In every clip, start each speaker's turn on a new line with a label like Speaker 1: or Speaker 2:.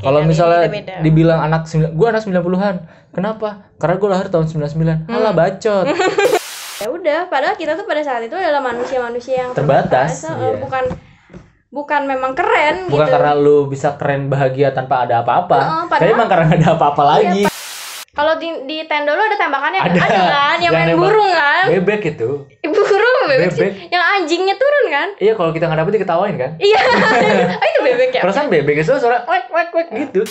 Speaker 1: kalau
Speaker 2: dari
Speaker 1: misalnya
Speaker 2: Iya, beda-beda.
Speaker 1: dibilang anak sembilan, gue anak 90-an. Kenapa? Karena gue lahir tahun 99.
Speaker 2: Hmm.
Speaker 1: Alah bacot.
Speaker 2: ya udah padahal kita tuh pada saat itu adalah manusia-manusia yang
Speaker 1: Terbatas,
Speaker 2: eh,
Speaker 1: iya.
Speaker 2: bukan bukan memang keren
Speaker 1: Bukan
Speaker 2: gitu
Speaker 1: karena lu bisa keren bahagia tanpa ada
Speaker 2: Heeh,
Speaker 1: apa-apa.
Speaker 2: padahal- Iya,
Speaker 1: Tapi emang karena nggak ada apa-apa lagi.
Speaker 2: kalau di, di tenda lu ada tembakannya
Speaker 1: Ada.
Speaker 2: kan yang
Speaker 1: Yang
Speaker 2: main
Speaker 1: nembak.
Speaker 2: burung kan
Speaker 1: Bebek itu.
Speaker 2: burung bebek, sih.
Speaker 1: Bebek.
Speaker 2: yang anjingnya turun kan
Speaker 1: Iya kalau kita nggak dapet diketawain kan.
Speaker 2: iya oh, itu bebek ya
Speaker 1: Perasaan bebek itu suara wek wek wek gitu.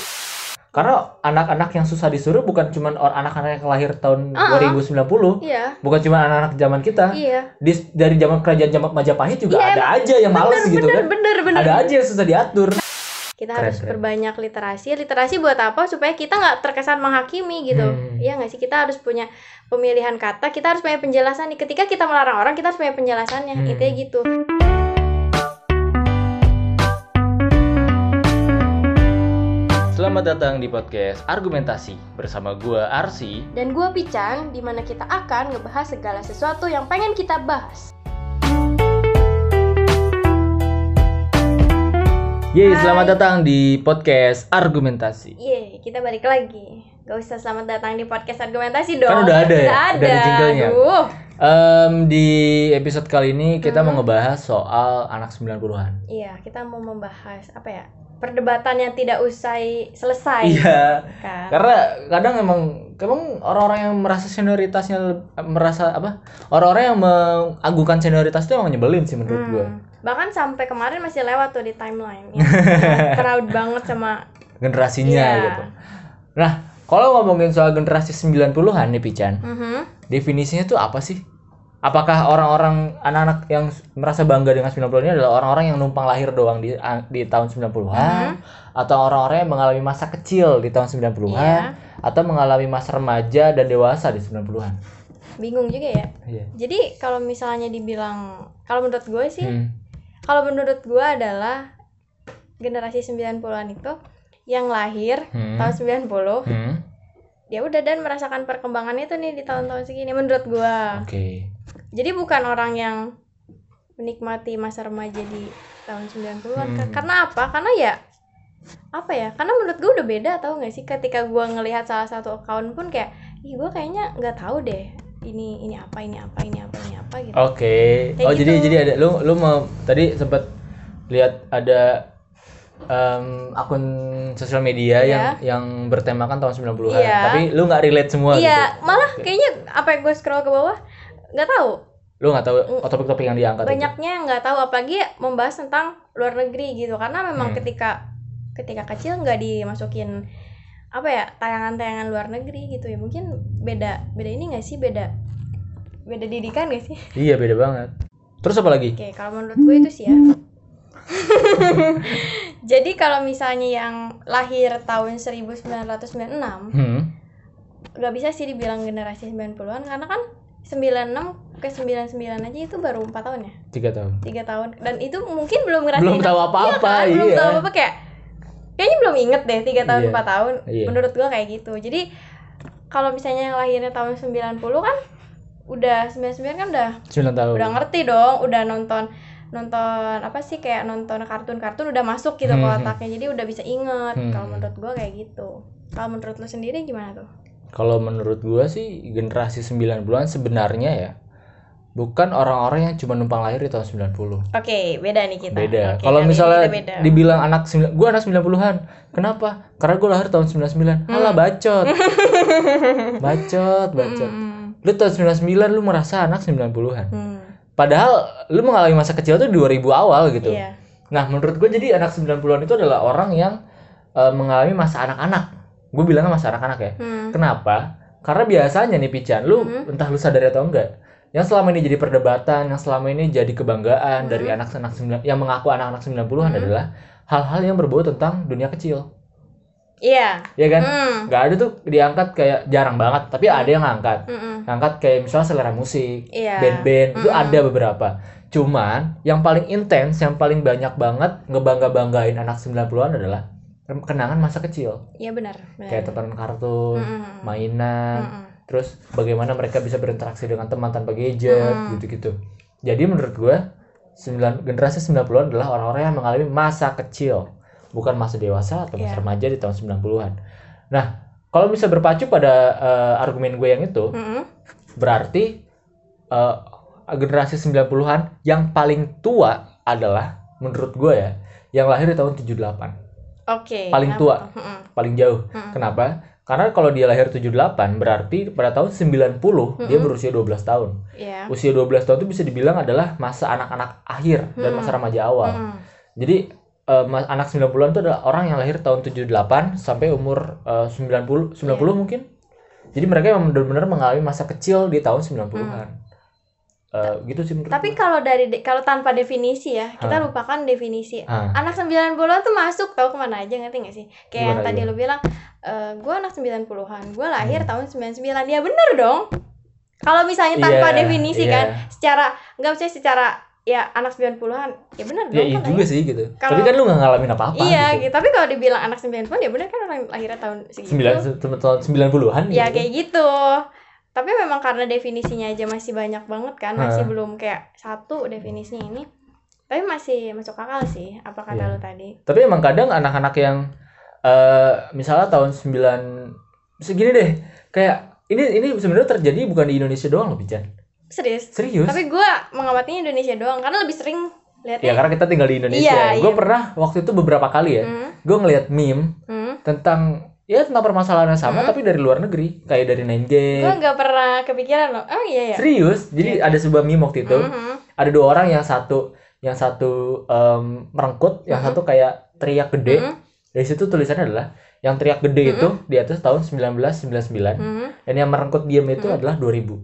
Speaker 1: Karena anak-anak yang susah disuruh bukan cuma anak-anak yang lahir tahun
Speaker 2: Ah.
Speaker 1: 2090,
Speaker 2: iya
Speaker 1: bukan cuma anak-anak zaman kita.
Speaker 2: iya
Speaker 1: Di- dari zaman kerajaan zaman Majapahit juga
Speaker 2: Iya,
Speaker 1: ada aja yang males gitu
Speaker 2: bener
Speaker 1: kan.
Speaker 2: bener bener
Speaker 1: Ada aja yang susah diatur.
Speaker 2: kita
Speaker 1: Keren,
Speaker 2: harus
Speaker 1: keren.
Speaker 2: perbanyak literasi literasi buat apa supaya kita nggak terkesan menghakimi gitu
Speaker 1: Hmm.
Speaker 2: Iya nggak sih kita harus punya pemilihan kata kita harus punya penjelasan ketika kita melarang orang kita harus punya penjelasannya
Speaker 1: Hmm.
Speaker 2: intinya gitu
Speaker 1: Selamat datang di podcast Argumentasi bersama gua Arsi.
Speaker 2: dan gua Picang di mana kita akan ngebahas segala sesuatu yang pengen kita bahas
Speaker 1: Yeay,
Speaker 2: Hai.
Speaker 1: selamat datang di podcast Argumentasi.
Speaker 2: Yeay, kita balik lagi. Gak usah selamat datang di podcast argumentasi dong.
Speaker 1: Kan udah ada ya?
Speaker 2: Udah ada.
Speaker 1: Udah ada jinglenya.
Speaker 2: Aduh.
Speaker 1: Em, di episode kali ini kita
Speaker 2: Mhm.
Speaker 1: mau ngebahas soal anak 90-an.
Speaker 2: Iya, kita mau membahas apa ya? Perdebatan yang tidak usai selesai
Speaker 1: Iya,
Speaker 2: kan.
Speaker 1: karena kadang emang emang orang-orang yang merasa senioritasnya le- merasa apa? Orang-orang yang mengagungkan senioritas itu emang nyebelin sih menurut
Speaker 2: Hmm.
Speaker 1: gua.
Speaker 2: Bahkan sampai kemarin masih lewat tuh di timeline. Ya. Crowd banget sama
Speaker 1: Generasinya
Speaker 2: Iya.
Speaker 1: gitu. Nah, kalau ngomongin soal generasi 90-an nih Pican,
Speaker 2: Mhm.
Speaker 1: definisinya tuh apa sih? Apakah orang-orang anak-anak yang s- merasa bangga dengan 90 ini adalah orang-orang yang numpang lahir doang di a- di tahun
Speaker 2: Hmm.
Speaker 1: 90-an atau orang-orang yang mengalami masa kecil di tahun 90-an
Speaker 2: Iya.
Speaker 1: atau mengalami masa remaja dan dewasa di 90-an?
Speaker 2: Bingung juga ya.
Speaker 1: Iya.
Speaker 2: Jadi kalau misalnya dibilang kalau menurut gue sih
Speaker 1: Hmm.
Speaker 2: kalau menurut gue adalah generasi 90-an itu yang lahir
Speaker 1: Hmm.
Speaker 2: tahun 90
Speaker 1: Hmm.
Speaker 2: ya udah dan merasakan perkembangannya tuh nih di tahun-tahun segini menurut gua
Speaker 1: Oke.
Speaker 2: jadi bukan orang yang menikmati masa remaja di tahun 90-an Ka-
Speaker 1: Hmm.
Speaker 2: karena apa karena ya apa ya karena menurut gua udah beda tau gak sih ketika gua ngelihat salah satu account pun kayak ih gua kayaknya nggak tahu deh ini ini apa ini apa ini apa ini apa gitu
Speaker 1: Oke.
Speaker 2: Kayak
Speaker 1: Oh, jadi
Speaker 2: gitu.
Speaker 1: jadi ada lu lu mau tadi sempat lihat ada em, akun sosial media
Speaker 2: Iya.
Speaker 1: yang yang bertemakan tahun 90-an,
Speaker 2: Iya.
Speaker 1: tapi lu nggak relate semua
Speaker 2: iya
Speaker 1: gitu.
Speaker 2: malah
Speaker 1: Oke.
Speaker 2: kayaknya apa yang gua scroll ke bawah nggak tahu
Speaker 1: lu nggak tahu oh, topik-topik yang diangkat itu?
Speaker 2: banyaknya yang nggak tahu apalagi membahas tentang luar negeri gitu karena memang
Speaker 1: Hmm.
Speaker 2: ketika ketika kecil nggak dimasukin apa ya tayangan-tayangan luar negeri gitu ya mungkin beda beda ini nggak sih beda beda didikan nggak sih
Speaker 1: iya beda banget terus apa lagi
Speaker 2: oke kalau menurut gue itu sih ya jadi kalau misalnya yang lahir tahun 1996
Speaker 1: hmm.
Speaker 2: nggak bisa sih dibilang generasi 90-an karena kan 96 ke 99 aja itu baru empat tahun ya
Speaker 1: tiga tahun
Speaker 2: tiga tahun dan itu mungkin belum ngerasain
Speaker 1: belum tahu apa-apa
Speaker 2: kan? belum
Speaker 1: iya,
Speaker 2: tahu apa kayak kayaknya belum inget deh tiga tahun
Speaker 1: Iya.
Speaker 2: empat tahun
Speaker 1: Iya.
Speaker 2: menurut gua kayak gitu jadi kalau misalnya yang lahirnya tahun 90 kan udah 99 kan udah
Speaker 1: sembilan tahun
Speaker 2: udah ngerti dong udah nonton nonton apa sih kayak nonton kartun-kartun udah masuk gitu ke
Speaker 1: Hmm.
Speaker 2: otaknya jadi udah bisa inget
Speaker 1: Hmm.
Speaker 2: kalau menurut gua kayak gitu kalau menurut lu sendiri gimana tuh
Speaker 1: kalau menurut gua sih generasi 90-an sebenarnya ya bukan orang-orang yang cuma numpang lahir di tahun 90
Speaker 2: oke beda nih kita
Speaker 1: beda
Speaker 2: Iya, Oke,
Speaker 1: kalau
Speaker 2: kali ini
Speaker 1: misalnya
Speaker 2: kita beda.
Speaker 1: dibilang anak sembilan gua anak 90-an kenapa karena gua lahir tahun 99 alah bacot bacot bacot
Speaker 2: Hmm. Hmm,
Speaker 1: lu tahun 99 lu merasa anak 90-an
Speaker 2: hmm,
Speaker 1: padahal lu mengalami masa kecil tuh 2000 awal gitu
Speaker 2: iya
Speaker 1: Nah, menurut gue jadi anak 90-an itu adalah orang yang eh, mengalami masa anak-anak. Gue bilangnya masa anak-anak ya.
Speaker 2: Hmm.
Speaker 1: Kenapa? Karena biasanya nih Pican, lu
Speaker 2: Mhm.
Speaker 1: entah lu sadar atau enggak, yang selama ini jadi perdebatan, yang selama ini jadi kebanggaan dari
Speaker 2: Mhm.
Speaker 1: anak-anak 90 yang mengaku anak-anak 90-an
Speaker 2: Mhm.
Speaker 1: adalah hal-hal yang berbau tentang dunia kecil.
Speaker 2: iya
Speaker 1: Ya kan?
Speaker 2: Hmm.
Speaker 1: Nggak ada tuh diangkat kayak jarang banget, tapi ada yang ngangkat.
Speaker 2: Mm-mm.
Speaker 1: Ngangkat kayak misalnya selera musik,
Speaker 2: Hmm, Iya.
Speaker 1: band-band itu
Speaker 2: Mm-mm.
Speaker 1: ada beberapa cuman yang paling intens yang paling banyak banget ngebangga-banggain anak 90-an adalah kenangan masa kecil
Speaker 2: Iya benar. benar.
Speaker 1: kayak tontonan kartun
Speaker 2: Mm-mm.
Speaker 1: mainan
Speaker 2: Mm-mm.
Speaker 1: terus bagaimana mereka bisa berinteraksi dengan teman tanpa gadget
Speaker 2: Mm.
Speaker 1: gitu-gitu jadi menurut gua 9 generasi 90-an adalah orang-orang yang mengalami masa kecil bukan masa dewasa atau masa
Speaker 2: Iya.
Speaker 1: remaja di tahun 90-an. Nah, kalau bisa berpacu pada eh, argumen gue yang itu,
Speaker 2: Mm-mm.
Speaker 1: berarti eh, generasi 90-an yang paling tua adalah menurut gue ya, yang lahir di tahun 78,
Speaker 2: Oke. ya, hmm,
Speaker 1: Paling
Speaker 2: kenapa
Speaker 1: tua. Kan
Speaker 2: tuh? Mm-mm.
Speaker 1: paling jauh.
Speaker 2: Mm-mm.
Speaker 1: Kenapa? Karena kalau dia lahir 78, berarti pada tahun 90 dia
Speaker 2: Mm-mm.
Speaker 1: berusia 12 tahun.
Speaker 2: Iya.
Speaker 1: Usia 12 tahun itu bisa dibilang adalah masa anak-anak akhir dan
Speaker 2: Mm-mm.
Speaker 1: masa remaja awal.
Speaker 2: Mm-mm.
Speaker 1: Jadi eh, mas- anak 90-an itu adalah orang yang lahir tahun 78 sampai umur eh, 90 90
Speaker 2: Iya.
Speaker 1: mungkin. Jadi mereka memang benar-benar mengalami masa kecil di tahun 90-an. Eh, gitu sih menurut
Speaker 2: Hmm. Tapi
Speaker 1: gua.
Speaker 2: kalau dari de- kalau tanpa definisi ya, kita lupakan definisi.
Speaker 1: Ah,
Speaker 2: Anak 90-an tuh masuk tau kemana aja ngerti gak sih? Kayak yang
Speaker 1: Gimana,
Speaker 2: tadi
Speaker 1: gimana? Hmm.
Speaker 2: lu bilang, eh gue anak 90-an, gue lahir tahun 99. Ya bener dong. Kalau misalnya tanpa
Speaker 1: Iya,
Speaker 2: definisi
Speaker 1: iya.
Speaker 2: kan, secara nggak bisa secara ya anak 90-an, ya bener
Speaker 1: Ya
Speaker 2: dong
Speaker 1: iya
Speaker 2: kan
Speaker 1: juga
Speaker 2: lahir.
Speaker 1: sih gitu.
Speaker 2: Kalau-
Speaker 1: Tapi kan lu gak ngalamin apa-apa
Speaker 2: Iya
Speaker 1: gitu.
Speaker 2: gitu. Tapi kalau dibilang anak 90-an ya bener kan orang lahirnya tahun segitu.
Speaker 1: Sembilan, se- tahun 90-an
Speaker 2: ya
Speaker 1: gitu.
Speaker 2: kayak gitu tapi memang karena definisinya aja masih banyak banget kan masih
Speaker 1: Hah.
Speaker 2: belum kayak satu definisinya ini tapi masih masuk akal sih apa kata
Speaker 1: Iya.
Speaker 2: lu tadi
Speaker 1: Tapi emang kadang anak-anak yang eh misalnya tahun 9 segini deh, kayak ini ini sebenarnya terjadi bukan di Indonesia doang loh, Bican.
Speaker 2: serius
Speaker 1: Serius.
Speaker 2: tapi gue mengamatinya Indonesia doang karena lebih sering
Speaker 1: Ya
Speaker 2: lihatnya
Speaker 1: karena kita tinggal di
Speaker 2: Iya,
Speaker 1: Indonesia. gue
Speaker 2: iya.
Speaker 1: pernah waktu itu beberapa kali ya,
Speaker 2: Hmm,
Speaker 1: gue ngelihat meme
Speaker 2: hmm.
Speaker 1: tentang ya tentang permasalahan yang sama
Speaker 2: Hmm.
Speaker 1: tapi dari luar negeri, kayak dari Nine Gag.
Speaker 2: gue nggak pernah kepikiran loh oh iya ya
Speaker 1: Iya. Serius, gitu? jadi ada sebuah meme waktu itu,
Speaker 2: Mhm.
Speaker 1: ada dua orang yang satu yang satu em, merengkut, yang
Speaker 2: Hmm.
Speaker 1: satu kayak teriak gede.
Speaker 2: Mhm.
Speaker 1: Dari situ tulisannya adalah yang teriak gede itu di atas tahun 1999
Speaker 2: Mhm.
Speaker 1: dan yang merengkut diam itu
Speaker 2: Hmm.
Speaker 1: adalah 2000.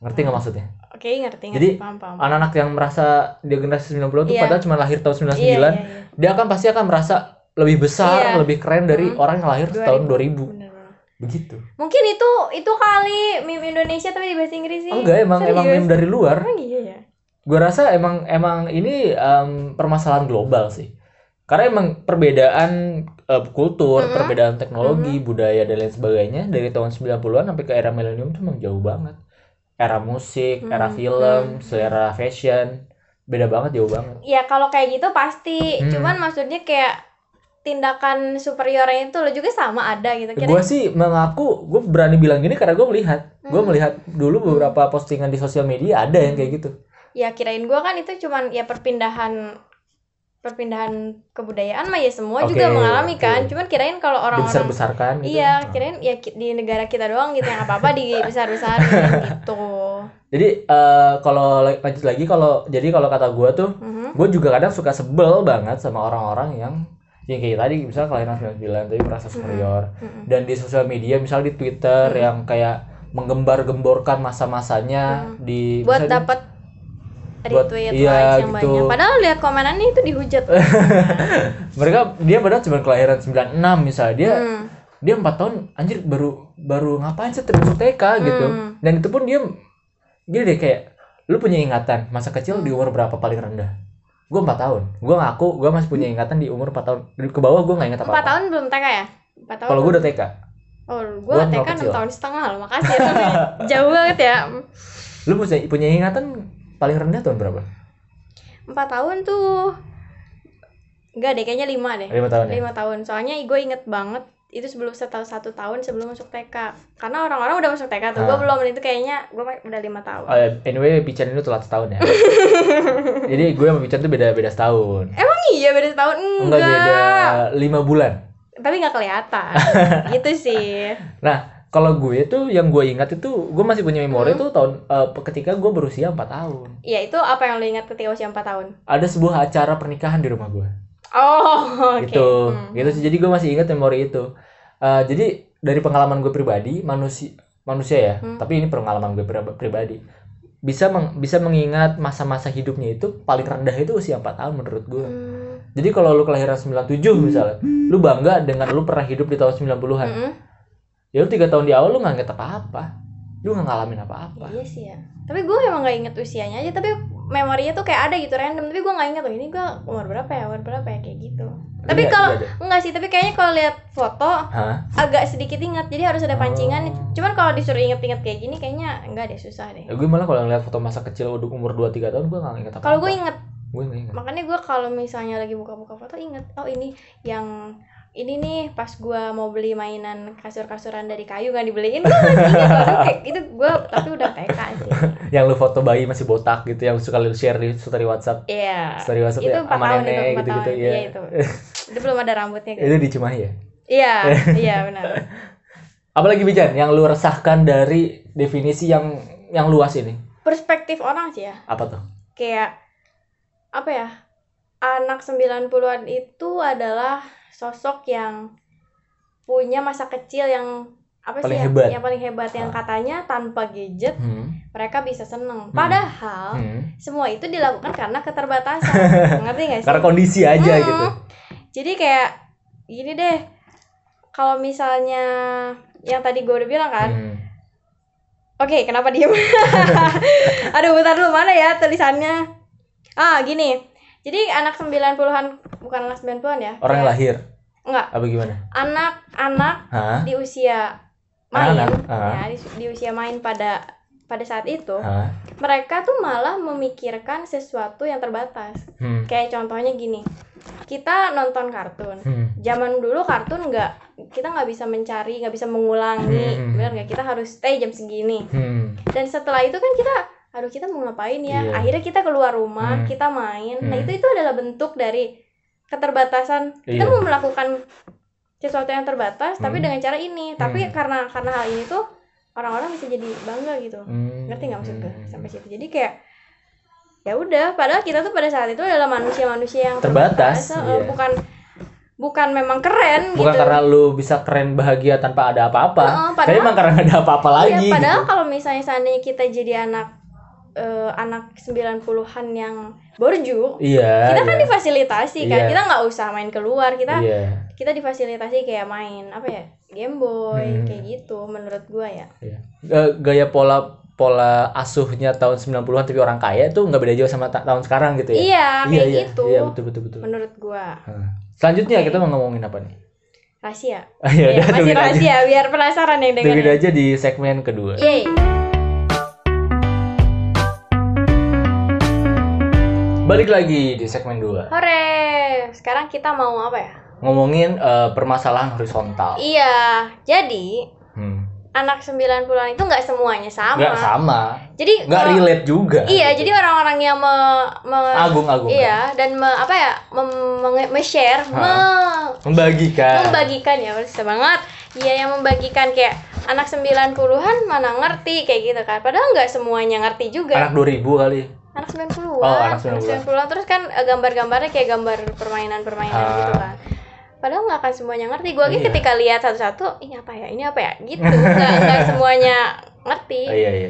Speaker 1: Ngerti nggak maksudnya?
Speaker 2: oke ngerti ngerti
Speaker 1: Jadi,
Speaker 2: paham paham
Speaker 1: Anak-anak yang merasa dia generasi 90 itu
Speaker 2: Iya.
Speaker 1: padahal cuma lahir tahun 99
Speaker 2: iya, iya, iya.
Speaker 1: dia akan pasti akan merasa lebih besar,
Speaker 2: Iya.
Speaker 1: lebih keren dari
Speaker 2: Mm.
Speaker 1: orang yang lahir tahun 2000.
Speaker 2: Bener banget.
Speaker 1: Begitu.
Speaker 2: mungkin itu itu kali meme Indonesia tapi di bahasa Inggris sih
Speaker 1: Enggak, emang emang
Speaker 2: Serius.
Speaker 1: meme dari luar.
Speaker 2: Emang iya ya
Speaker 1: Gua rasa emang emang ini em, permasalahan global sih. Karena emang perbedaan eh, kultur,
Speaker 2: Mm-mm.
Speaker 1: perbedaan teknologi, budaya dan lain sebagainya dari tahun 90-an sampai ke era milenium tuh emang jauh banget. Era musik, era
Speaker 2: Mm.
Speaker 1: film,
Speaker 2: Mm.
Speaker 1: selera fashion, beda banget jauh banget.
Speaker 2: ya kalau kayak gitu pasti
Speaker 1: Hmm.
Speaker 2: cuman maksudnya kayak tindakan superiornya itu lo juga sama ada gitu kira
Speaker 1: Gue sih mengaku, gue berani bilang gini karena gue melihat, gue
Speaker 2: Hmm.
Speaker 1: melihat dulu beberapa postingan di sosial media ada yang kayak gitu.
Speaker 2: ya kirain gua kan itu cuman ya perpindahan perpindahan kebudayaan mah ya semua
Speaker 1: Oke,
Speaker 2: juga mengalami
Speaker 1: oke.
Speaker 2: kan cuman kirain kalau
Speaker 1: besar
Speaker 2: orang-orang
Speaker 1: besarkan. Gitu.
Speaker 2: iya
Speaker 1: Nah.
Speaker 2: kirain ya ki- di negara kita doang gitu yang apa apa di besar besarin gitu
Speaker 1: Jadi eh, kalau la- lanjut lagi kalau jadi kalau kata gue tuh,
Speaker 2: Mhm.
Speaker 1: gue juga kadang suka sebel banget sama orang-orang yang yang kayak tadi misalnya kelahiran 99 tapi merasa superior
Speaker 2: Mhm.
Speaker 1: dan di sosial media misalnya di Twitter
Speaker 2: Hmm.
Speaker 1: yang kayak menggembar-gemborkan masa-masanya di
Speaker 2: Hmm. buat
Speaker 1: misalnya di-
Speaker 2: dapat
Speaker 1: buat-
Speaker 2: retweet
Speaker 1: iya,
Speaker 2: likes yang
Speaker 1: gitu.
Speaker 2: banyak padahal lihat komenannya itu dihujat
Speaker 1: mereka dia padahal cuma kelahiran 96 misalnya dia
Speaker 2: Hmm.
Speaker 1: dia empat tahun anjir baru baru ngapain sih termasuk TK gitu
Speaker 2: Hmm.
Speaker 1: dan itu pun dia gini deh kayak lu punya ingatan masa kecil di umur berapa paling rendah gue empat tahun gue ngaku gue masih punya ingatan di umur empat tahun Dari ke bawah gue nggak ingat apa
Speaker 2: empat
Speaker 1: apa
Speaker 2: tahun belum TK ya empat tahun
Speaker 1: kalau gue udah TK
Speaker 2: Oh,
Speaker 1: Gua
Speaker 2: gua TK
Speaker 1: kenal
Speaker 2: 6
Speaker 1: kecil.
Speaker 2: tahun setengah loh, makasih ya. Tommy. Jauh banget ya.
Speaker 1: lu punya punya ingatan paling rendah tahun berapa
Speaker 2: 4 tahun tuh Enggak deh, kayaknya 5 deh.
Speaker 1: lima tahun ya
Speaker 2: 5 tahun. Soalnya gue inget banget itu sebelum setahun satu tahun sebelum masuk TK. Karena orang-orang udah masuk TK tuh, gue
Speaker 1: Ah.
Speaker 2: belum dan itu kayaknya gue udah 5 tahun.
Speaker 1: Oh, ya, anyway Pican itu telat setahun ya jadi gue sama Pican tuh beda beda setahun
Speaker 2: Emang iya beda setahun? Enggak.
Speaker 1: enggak beda lima bulan
Speaker 2: Tapi nggak kelihatan. gitu sih.
Speaker 1: Nah, kalau gue tuh yang gue ingat itu gue masih punya memori
Speaker 2: Hmm.
Speaker 1: tuh tahun eh, ketika gue berusia 4 tahun.
Speaker 2: Ya itu apa yang lo ingat ketika usia 4 tahun?
Speaker 1: Ada sebuah acara pernikahan di rumah gue.
Speaker 2: Oh, oke.
Speaker 1: Gitu.
Speaker 2: Hmm.
Speaker 1: Gitu sih. Jadi gue masih ingat memori itu. Eh, jadi dari pengalaman gue pribadi, manusia manusia ya,
Speaker 2: Hmm.
Speaker 1: tapi ini pengalaman gue pri- pribadi. Bisa meng- bisa mengingat masa-masa hidupnya itu paling rendah itu usia 4 tahun menurut gue.
Speaker 2: Hmm.
Speaker 1: Jadi kalau lu kelahiran 97 misalnya, lu bangga dengan lu pernah hidup di tahun 90-an.
Speaker 2: Mm-mm.
Speaker 1: Ya lu 3 tahun di awal lu nggak inget apa-apa. Lu nggak ngalamin apa-apa.
Speaker 2: Iya sih ya. Tapi gue emang gak inget usianya aja, tapi memorinya tuh kayak ada gitu random. Tapi gue gak inget loh ini gue umur berapa ya, umur berapa ya kayak gitu. Tapi
Speaker 1: Iya,
Speaker 2: kalau
Speaker 1: iya, iya.
Speaker 2: enggak sih, tapi kayaknya kalau lihat foto
Speaker 1: Hah?
Speaker 2: agak sedikit ingat. Jadi harus ada pancingan.
Speaker 1: Oh.
Speaker 2: Cuman kalau disuruh inget-inget kayak gini kayaknya enggak deh susah deh.
Speaker 1: Ya, gue malah kalau ngeliat foto masa kecil udah umur 2 3 tahun gue gak inget apa.
Speaker 2: Kalau gue inget
Speaker 1: gue nggak ingat
Speaker 2: makanya gue kalau misalnya lagi buka-buka foto inget oh ini yang ini nih pas gue mau beli mainan kasur-kasuran dari kayu kan dibeliin gue masih inget waktu itu kayak gitu gue tapi udah TK sih
Speaker 1: yang lu foto bayi masih botak gitu yang suka lu share di story WhatsApp
Speaker 2: iya
Speaker 1: story WhatsApp
Speaker 2: itu
Speaker 1: ya,
Speaker 2: empat
Speaker 1: sama
Speaker 2: tahun itu
Speaker 1: nenek
Speaker 2: empat
Speaker 1: gitu gitu
Speaker 2: tahun
Speaker 1: ya
Speaker 2: iya itu itu belum ada rambutnya kan
Speaker 1: itu di Cimahi ya
Speaker 2: iya iya benar
Speaker 1: apalagi Bijan yang lu resahkan dari definisi yang yang luas ini
Speaker 2: perspektif orang sih ya
Speaker 1: apa tuh
Speaker 2: kayak apa ya anak 90-an itu adalah sosok yang punya masa kecil yang apa
Speaker 1: Paling
Speaker 2: sih ya?
Speaker 1: hebat.
Speaker 2: yang paling hebat yang
Speaker 1: Ah.
Speaker 2: katanya tanpa gadget
Speaker 1: hmm.
Speaker 2: mereka bisa seneng
Speaker 1: Hmm.
Speaker 2: padahal
Speaker 1: Hmm.
Speaker 2: semua itu dilakukan karena keterbatasan ngerti nggak sih
Speaker 1: karena kondisi aja
Speaker 2: Hmm.
Speaker 1: gitu
Speaker 2: jadi kayak gini deh kalau misalnya yang tadi gue udah bilang kan
Speaker 1: Hmm.
Speaker 2: Oke, kenapa diem? Aduh, bentar dulu mana ya tulisannya? Ah, gini. Jadi anak 90-an bukan anak 90-an ya?
Speaker 1: orang
Speaker 2: kayak
Speaker 1: yang lahir
Speaker 2: Enggak.
Speaker 1: apa gimana
Speaker 2: Anak-anak
Speaker 1: Hah?
Speaker 2: di usia main.
Speaker 1: Anak-anak, ah.
Speaker 2: Ya, di, di usia main pada pada saat itu,
Speaker 1: Hah?
Speaker 2: mereka tuh malah memikirkan sesuatu yang terbatas.
Speaker 1: Hmm.
Speaker 2: Kayak contohnya gini. Kita nonton kartun.
Speaker 1: Hmm.
Speaker 2: Zaman dulu kartun nggak kita nggak bisa mencari, nggak bisa mengulangi.
Speaker 1: Hmm.
Speaker 2: Benar nggak? Kita harus stay jam segini.
Speaker 1: Hmm.
Speaker 2: dan setelah itu kan kita aduh kita mau ngapain ya
Speaker 1: Iya.
Speaker 2: akhirnya kita keluar rumah
Speaker 1: Hmm.
Speaker 2: kita main nah
Speaker 1: Hmm.
Speaker 2: itu itu adalah bentuk dari keterbatasan kita
Speaker 1: Iya.
Speaker 2: mau melakukan sesuatu yang terbatas tapi
Speaker 1: Hmm.
Speaker 2: dengan cara ini tapi
Speaker 1: Hmm.
Speaker 2: karena karena hal ini tuh orang-orang bisa jadi bangga gitu
Speaker 1: Hmm.
Speaker 2: ngerti nggak maksud gue
Speaker 1: Hmm.
Speaker 2: sampai situ jadi kayak ya udah padahal kita tuh pada saat itu adalah manusia-manusia yang
Speaker 1: Terbatas,
Speaker 2: terbatas, eh,
Speaker 1: iya.
Speaker 2: bukan bukan memang keren
Speaker 1: bukan
Speaker 2: gitu
Speaker 1: karena lu bisa keren bahagia tanpa ada apa-apa
Speaker 2: Heeh, padahal-
Speaker 1: tapi emang karena nggak ada apa-apa
Speaker 2: Iya,
Speaker 1: lagi
Speaker 2: padahal
Speaker 1: gitu.
Speaker 2: kalau misalnya seandainya kita jadi anak eh, anak 90-an yang borju,
Speaker 1: iya
Speaker 2: kita
Speaker 1: iya.
Speaker 2: kan difasilitasi kan.
Speaker 1: Iya.
Speaker 2: Kita nggak usah main keluar, kita
Speaker 1: iya
Speaker 2: kita difasilitasi kayak main apa ya? Game Boy
Speaker 1: Hmm.
Speaker 2: kayak gitu menurut gua ya.
Speaker 1: iya. Eh, gaya pola pola asuhnya tahun 90-an tapi orang kaya itu nggak beda jauh sama ta- tahun sekarang gitu ya
Speaker 2: Iya,
Speaker 1: iya
Speaker 2: kayak
Speaker 1: iya
Speaker 2: gitu.
Speaker 1: iya betul betul betul
Speaker 2: Menurut gua.
Speaker 1: Heeh. selanjutnya
Speaker 2: Oke.
Speaker 1: kita mau ngomongin apa nih
Speaker 2: Rahasia.
Speaker 1: ya
Speaker 2: Iya,
Speaker 1: udah
Speaker 2: masih
Speaker 1: tungguin aja
Speaker 2: rahasia biar penasaran yang
Speaker 1: tungguin
Speaker 2: dengerin.
Speaker 1: aja di segmen kedua
Speaker 2: Yeay.
Speaker 1: balik lagi di segmen 2
Speaker 2: Hore. Sekarang kita mau apa ya?
Speaker 1: ngomongin eh, permasalahan horizontal
Speaker 2: Iya. Jadi
Speaker 1: hmm.
Speaker 2: anak 90-an itu nggak semuanya sama.
Speaker 1: nggak sama
Speaker 2: Jadi
Speaker 1: nggak
Speaker 2: kalau-
Speaker 1: relate juga
Speaker 2: Iya,
Speaker 1: gitu.
Speaker 2: jadi orang-orang yang me, me-
Speaker 1: agung agung
Speaker 2: iya dan me- apa ya mem- menge- me-share, me-
Speaker 1: membagikan
Speaker 2: membagikan ya bisa banget. Iya yang membagikan kayak anak 90-an mana ngerti kayak gitu kan. Padahal nggak semuanya ngerti juga.
Speaker 1: anak 2000 kali
Speaker 2: Anak 90-an.
Speaker 1: Oh, anak
Speaker 2: 90-an terus kan eh, gambar-gambarnya kayak gambar permainan-permainan
Speaker 1: Ah.
Speaker 2: gitu kan. Padahal nggak akan semuanya ngerti. Gua aja
Speaker 1: Iya.
Speaker 2: ketika lihat satu-satu, ini apa ya? Ini apa ya? Gitu. Nggak nggak semuanya ngerti.
Speaker 1: Oh, iya iya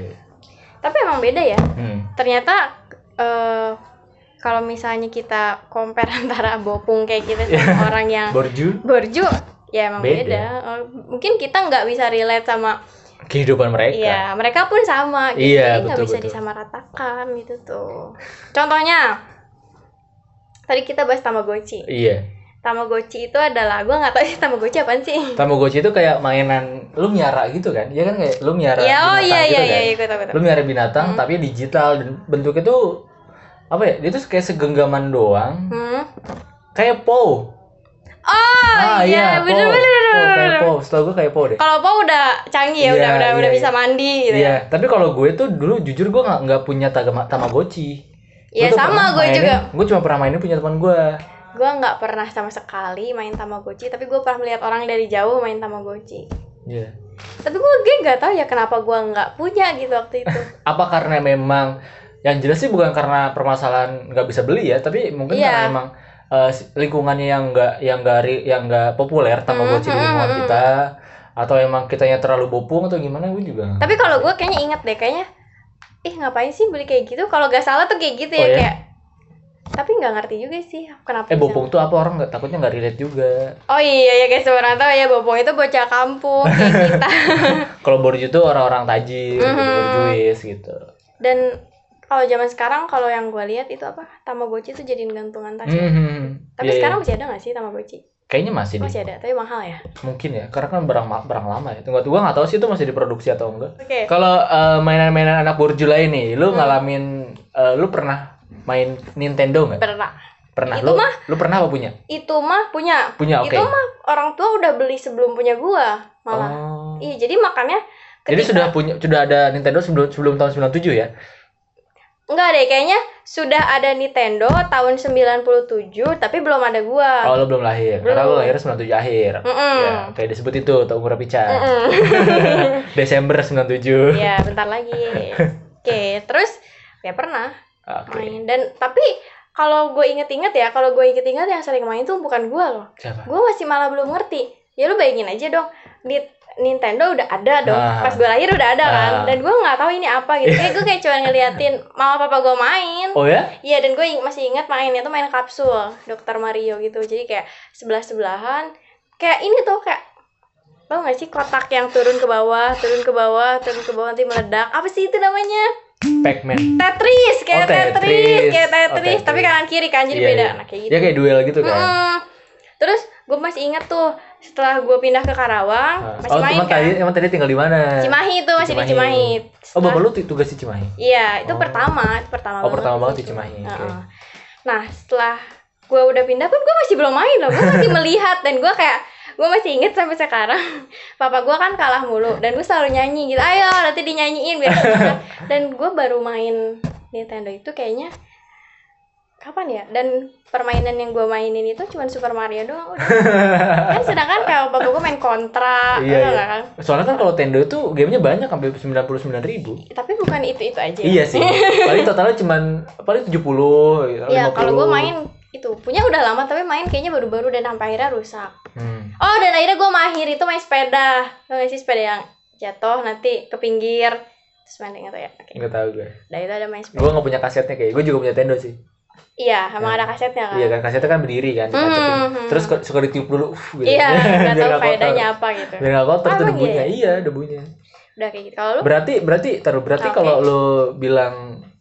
Speaker 2: Tapi emang beda ya
Speaker 1: hmm.
Speaker 2: ternyata eh kalau misalnya kita compare antara bopung kayak gitu sama orang yang
Speaker 1: borju
Speaker 2: borju ya emang
Speaker 1: Iya. Beda.
Speaker 2: beda, Eh, mungkin kita nggak bisa relate sama
Speaker 1: kehidupan mereka
Speaker 2: ya mereka pun sama gitu
Speaker 1: Iya,
Speaker 2: jadi nggak
Speaker 1: betul,
Speaker 2: bisa
Speaker 1: betul.
Speaker 2: disamaratakan gitu tuh contohnya tadi kita bahas tamagotchi
Speaker 1: iya
Speaker 2: tamagotchi itu adalah gua nggak tahu sih tamagotchi apaan sih
Speaker 1: Tamagotchi itu kayak mainan lu miara gitu kan Iya kan kayak lu miara
Speaker 2: ya oh iya
Speaker 1: binatang gitu
Speaker 2: iya
Speaker 1: kan
Speaker 2: iya iya, Hmm. gua tahu gua tahu.
Speaker 1: lu miara binatang tapi digital dan bentuknya tuh apa ya dia tuh kayak segenggaman doang
Speaker 2: hmm.
Speaker 1: kayak po
Speaker 2: oh
Speaker 1: Ah,
Speaker 2: iya bener bener bener,
Speaker 1: po. Po,
Speaker 2: bener,
Speaker 1: kayak
Speaker 2: bener.
Speaker 1: po setahu gue kayak po deh
Speaker 2: kalau Pau udah canggih ya,
Speaker 1: Iya,
Speaker 2: udah udah
Speaker 1: iya,
Speaker 2: udah bisa
Speaker 1: iya.
Speaker 2: mandi gitu ya.
Speaker 1: Iya, tapi kalau gue tuh dulu jujur gue nggak nggak punya tagama, tamagotchi.
Speaker 2: Iya, sama gue juga.
Speaker 1: Gue cuma pernah mainin punya teman gue.
Speaker 2: Gue nggak pernah sama sekali main Tamagotchi, tapi gue pernah melihat orang dari jauh main Tamagotchi.
Speaker 1: Iya.
Speaker 2: Tapi gue gue nggak tahu ya kenapa gue nggak punya gitu waktu itu.
Speaker 1: Apa karena memang yang jelas sih bukan karena permasalahan nggak bisa beli ya, tapi mungkin
Speaker 2: Iya.
Speaker 1: karena emang eh, si- lingkungannya yang nggak yang nggak ri- yang nggak populer tamagotchi
Speaker 2: Mhm,
Speaker 1: di lingkungan
Speaker 2: mhm.
Speaker 1: kita atau emang kitanya terlalu bopung atau gimana gue juga. nggak-
Speaker 2: tapi kalau gue kayaknya inget deh kayaknya, ih ngapain sih beli kayak gitu? Kalau nggak salah tuh kayak gitu ya
Speaker 1: Oh, iya?
Speaker 2: kayak. Tapi nggak ngerti juga sih kenapa.
Speaker 1: eh
Speaker 2: bisa.
Speaker 1: bopung tuh apa orang nggak takutnya nggak relate juga.
Speaker 2: Oh iya ya guys, sebenarnya tahu ya bopong itu bocah kampung kayak kita.
Speaker 1: Kalau borju tuh orang-orang tajir,
Speaker 2: Mhm.
Speaker 1: gitu, borjuis gitu.
Speaker 2: Dan kalau zaman sekarang kalau yang gue lihat itu apa? Tamagotchi tuh jadiin gantungan tas. ya.
Speaker 1: Mhm.
Speaker 2: Tapi
Speaker 1: Iya, iya.
Speaker 2: sekarang masih ada nggak sih Tamagotchi?
Speaker 1: kayaknya masih deh.
Speaker 2: Masih ada, tapi mahal ya.
Speaker 1: mungkin ya karena kan barang ma- barang lama ya tunggu gua nggak tahu sih itu masih diproduksi atau enggak
Speaker 2: Oke. Hmm.
Speaker 1: kalau eh, mainan-mainan anak borju lain nih lu ngalamin eh, lu pernah main Nintendo nggak?
Speaker 2: pernah
Speaker 1: Pernah.
Speaker 2: Itu
Speaker 1: lu,
Speaker 2: mah-
Speaker 1: lu pernah apa punya?
Speaker 2: itu mah punya
Speaker 1: Punya, Ah, oke.
Speaker 2: itu mah orang tua udah beli sebelum punya gua malah
Speaker 1: Oh.
Speaker 2: iya jadi makanya
Speaker 1: Jadi
Speaker 2: ketika-
Speaker 1: sudah punya sudah ada Nintendo sebelum sebelum tahun 97 ya?
Speaker 2: enggak deh kayaknya sudah ada Nintendo tahun 97 tapi belum ada gua
Speaker 1: Oh, lu belum lahir. Karena lu
Speaker 2: Belum.
Speaker 1: lahir 97 akhir.
Speaker 2: Mm-mm.
Speaker 1: Ya, kayak disebut itu tuh umur pican.
Speaker 2: Mm-mm.
Speaker 1: Desember 97.
Speaker 2: Iya, bentar lagi. Oke, terus ya pernah
Speaker 1: Oke.
Speaker 2: main dan tapi kalau gue inget-inget ya, kalau gue inget-inget yang sering main tuh bukan gue loh.
Speaker 1: Siapa?
Speaker 2: Gue masih malah belum ngerti. Ya lu bayangin aja dong, di Nintendo udah ada dong.
Speaker 1: Ah.
Speaker 2: Pas gue lahir udah ada kan.
Speaker 1: Ah. Iya.
Speaker 2: Dan gue nggak tahu ini apa gitu. Kayak gue kayak cuma ngeliatin mama papa gue main.
Speaker 1: Oh ya?
Speaker 2: Iya dan gue ing- masih ingat mainnya tuh main kapsul Dokter Mario gitu jadi kayak sebelah sebelahan kayak ini tuh kayak tau gak sih kotak yang turun ke bawah turun ke bawah turun ke bawah nanti meledak apa sih itu namanya
Speaker 1: Pac-Man.
Speaker 2: Tetris kayak
Speaker 1: Oh, Tetris.
Speaker 2: Tetris. kayak
Speaker 1: Oh,
Speaker 2: Tetris.
Speaker 1: Tetris.
Speaker 2: tapi kanan kiri kan jadi
Speaker 1: Iya,
Speaker 2: beda
Speaker 1: iya.
Speaker 2: nah kayak gitu
Speaker 1: Ya kayak duel gitu kan.
Speaker 2: Mm. terus gue masih ingat tuh setelah gue pindah ke Karawang
Speaker 1: Ah.
Speaker 2: masih
Speaker 1: oh,
Speaker 2: main
Speaker 1: emang
Speaker 2: kan
Speaker 1: tadi emang tadi tinggal di mana?
Speaker 2: Cimahi tuh masih di
Speaker 1: Cimahi.
Speaker 2: Cimahi
Speaker 1: Oh,
Speaker 2: Setelah-
Speaker 1: bapak lu tu- tugas di Cimahi.
Speaker 2: Iya, itu
Speaker 1: Oh.
Speaker 2: pertama, itu pertama
Speaker 1: Oh, pertama banget
Speaker 2: di
Speaker 1: di Cimahi,
Speaker 2: situ.
Speaker 1: oke.
Speaker 2: Heeh. Nah, setelah gue udah pindah pun gue masih belum main loh, gue masih melihat dan gue kayak gue masih inget sampai sekarang. Papa gue kan kalah mulu dan gue selalu nyanyi gitu. Ayo, nanti dinyanyiin biar gua menang." Dan gue baru main Nintendo itu kayaknya kapan ya? Dan permainan yang gue mainin itu cuma Super Mario doang udah. kan sedangkan kalau papa gue main kontra,
Speaker 1: Iya,
Speaker 2: tau
Speaker 1: iya.
Speaker 2: nggak kan?
Speaker 1: Soalnya kan kalau Tendo itu gamenya banyak sampai 99 ribu.
Speaker 2: Tapi bukan itu itu aja.
Speaker 1: Iya sih. Paling totalnya cuman paling 70 gitu, 50.
Speaker 2: Iya, kalau gue main itu punya udah lama tapi main kayaknya baru-baru dan sampai akhirnya rusak.
Speaker 1: Hmm.
Speaker 2: Oh, dan akhirnya gue mahir itu main sepeda. Lo nggak sih sepeda yang jatuh nanti ke pinggir terus main dengan tuh ya. Oke.
Speaker 1: Enggak tahu gue.
Speaker 2: Udah itu ada main sepeda.
Speaker 1: Gue nggak punya kasetnya kayak. Gue juga punya Tendo sih.
Speaker 2: Iya, emang
Speaker 1: Ya.
Speaker 2: ada kasetnya kan.
Speaker 1: Iya kan kasetnya kan berdiri kan. dikacetin.
Speaker 2: Hmm.
Speaker 1: Terus kok- suka ditiup dulu. Uh, gitu.
Speaker 2: Iya, nggak
Speaker 1: Biar
Speaker 2: tahu
Speaker 1: nggak kotor.
Speaker 2: faedahnya apa gitu.
Speaker 1: Biar nggak
Speaker 2: Ah,
Speaker 1: kotor tuh
Speaker 2: emang
Speaker 1: debunya.
Speaker 2: iya
Speaker 1: Iya debunya.
Speaker 2: Udah kayak gitu. Kalau lu
Speaker 1: Berarti berarti taruh berarti
Speaker 2: Oke.
Speaker 1: kalau lu bilang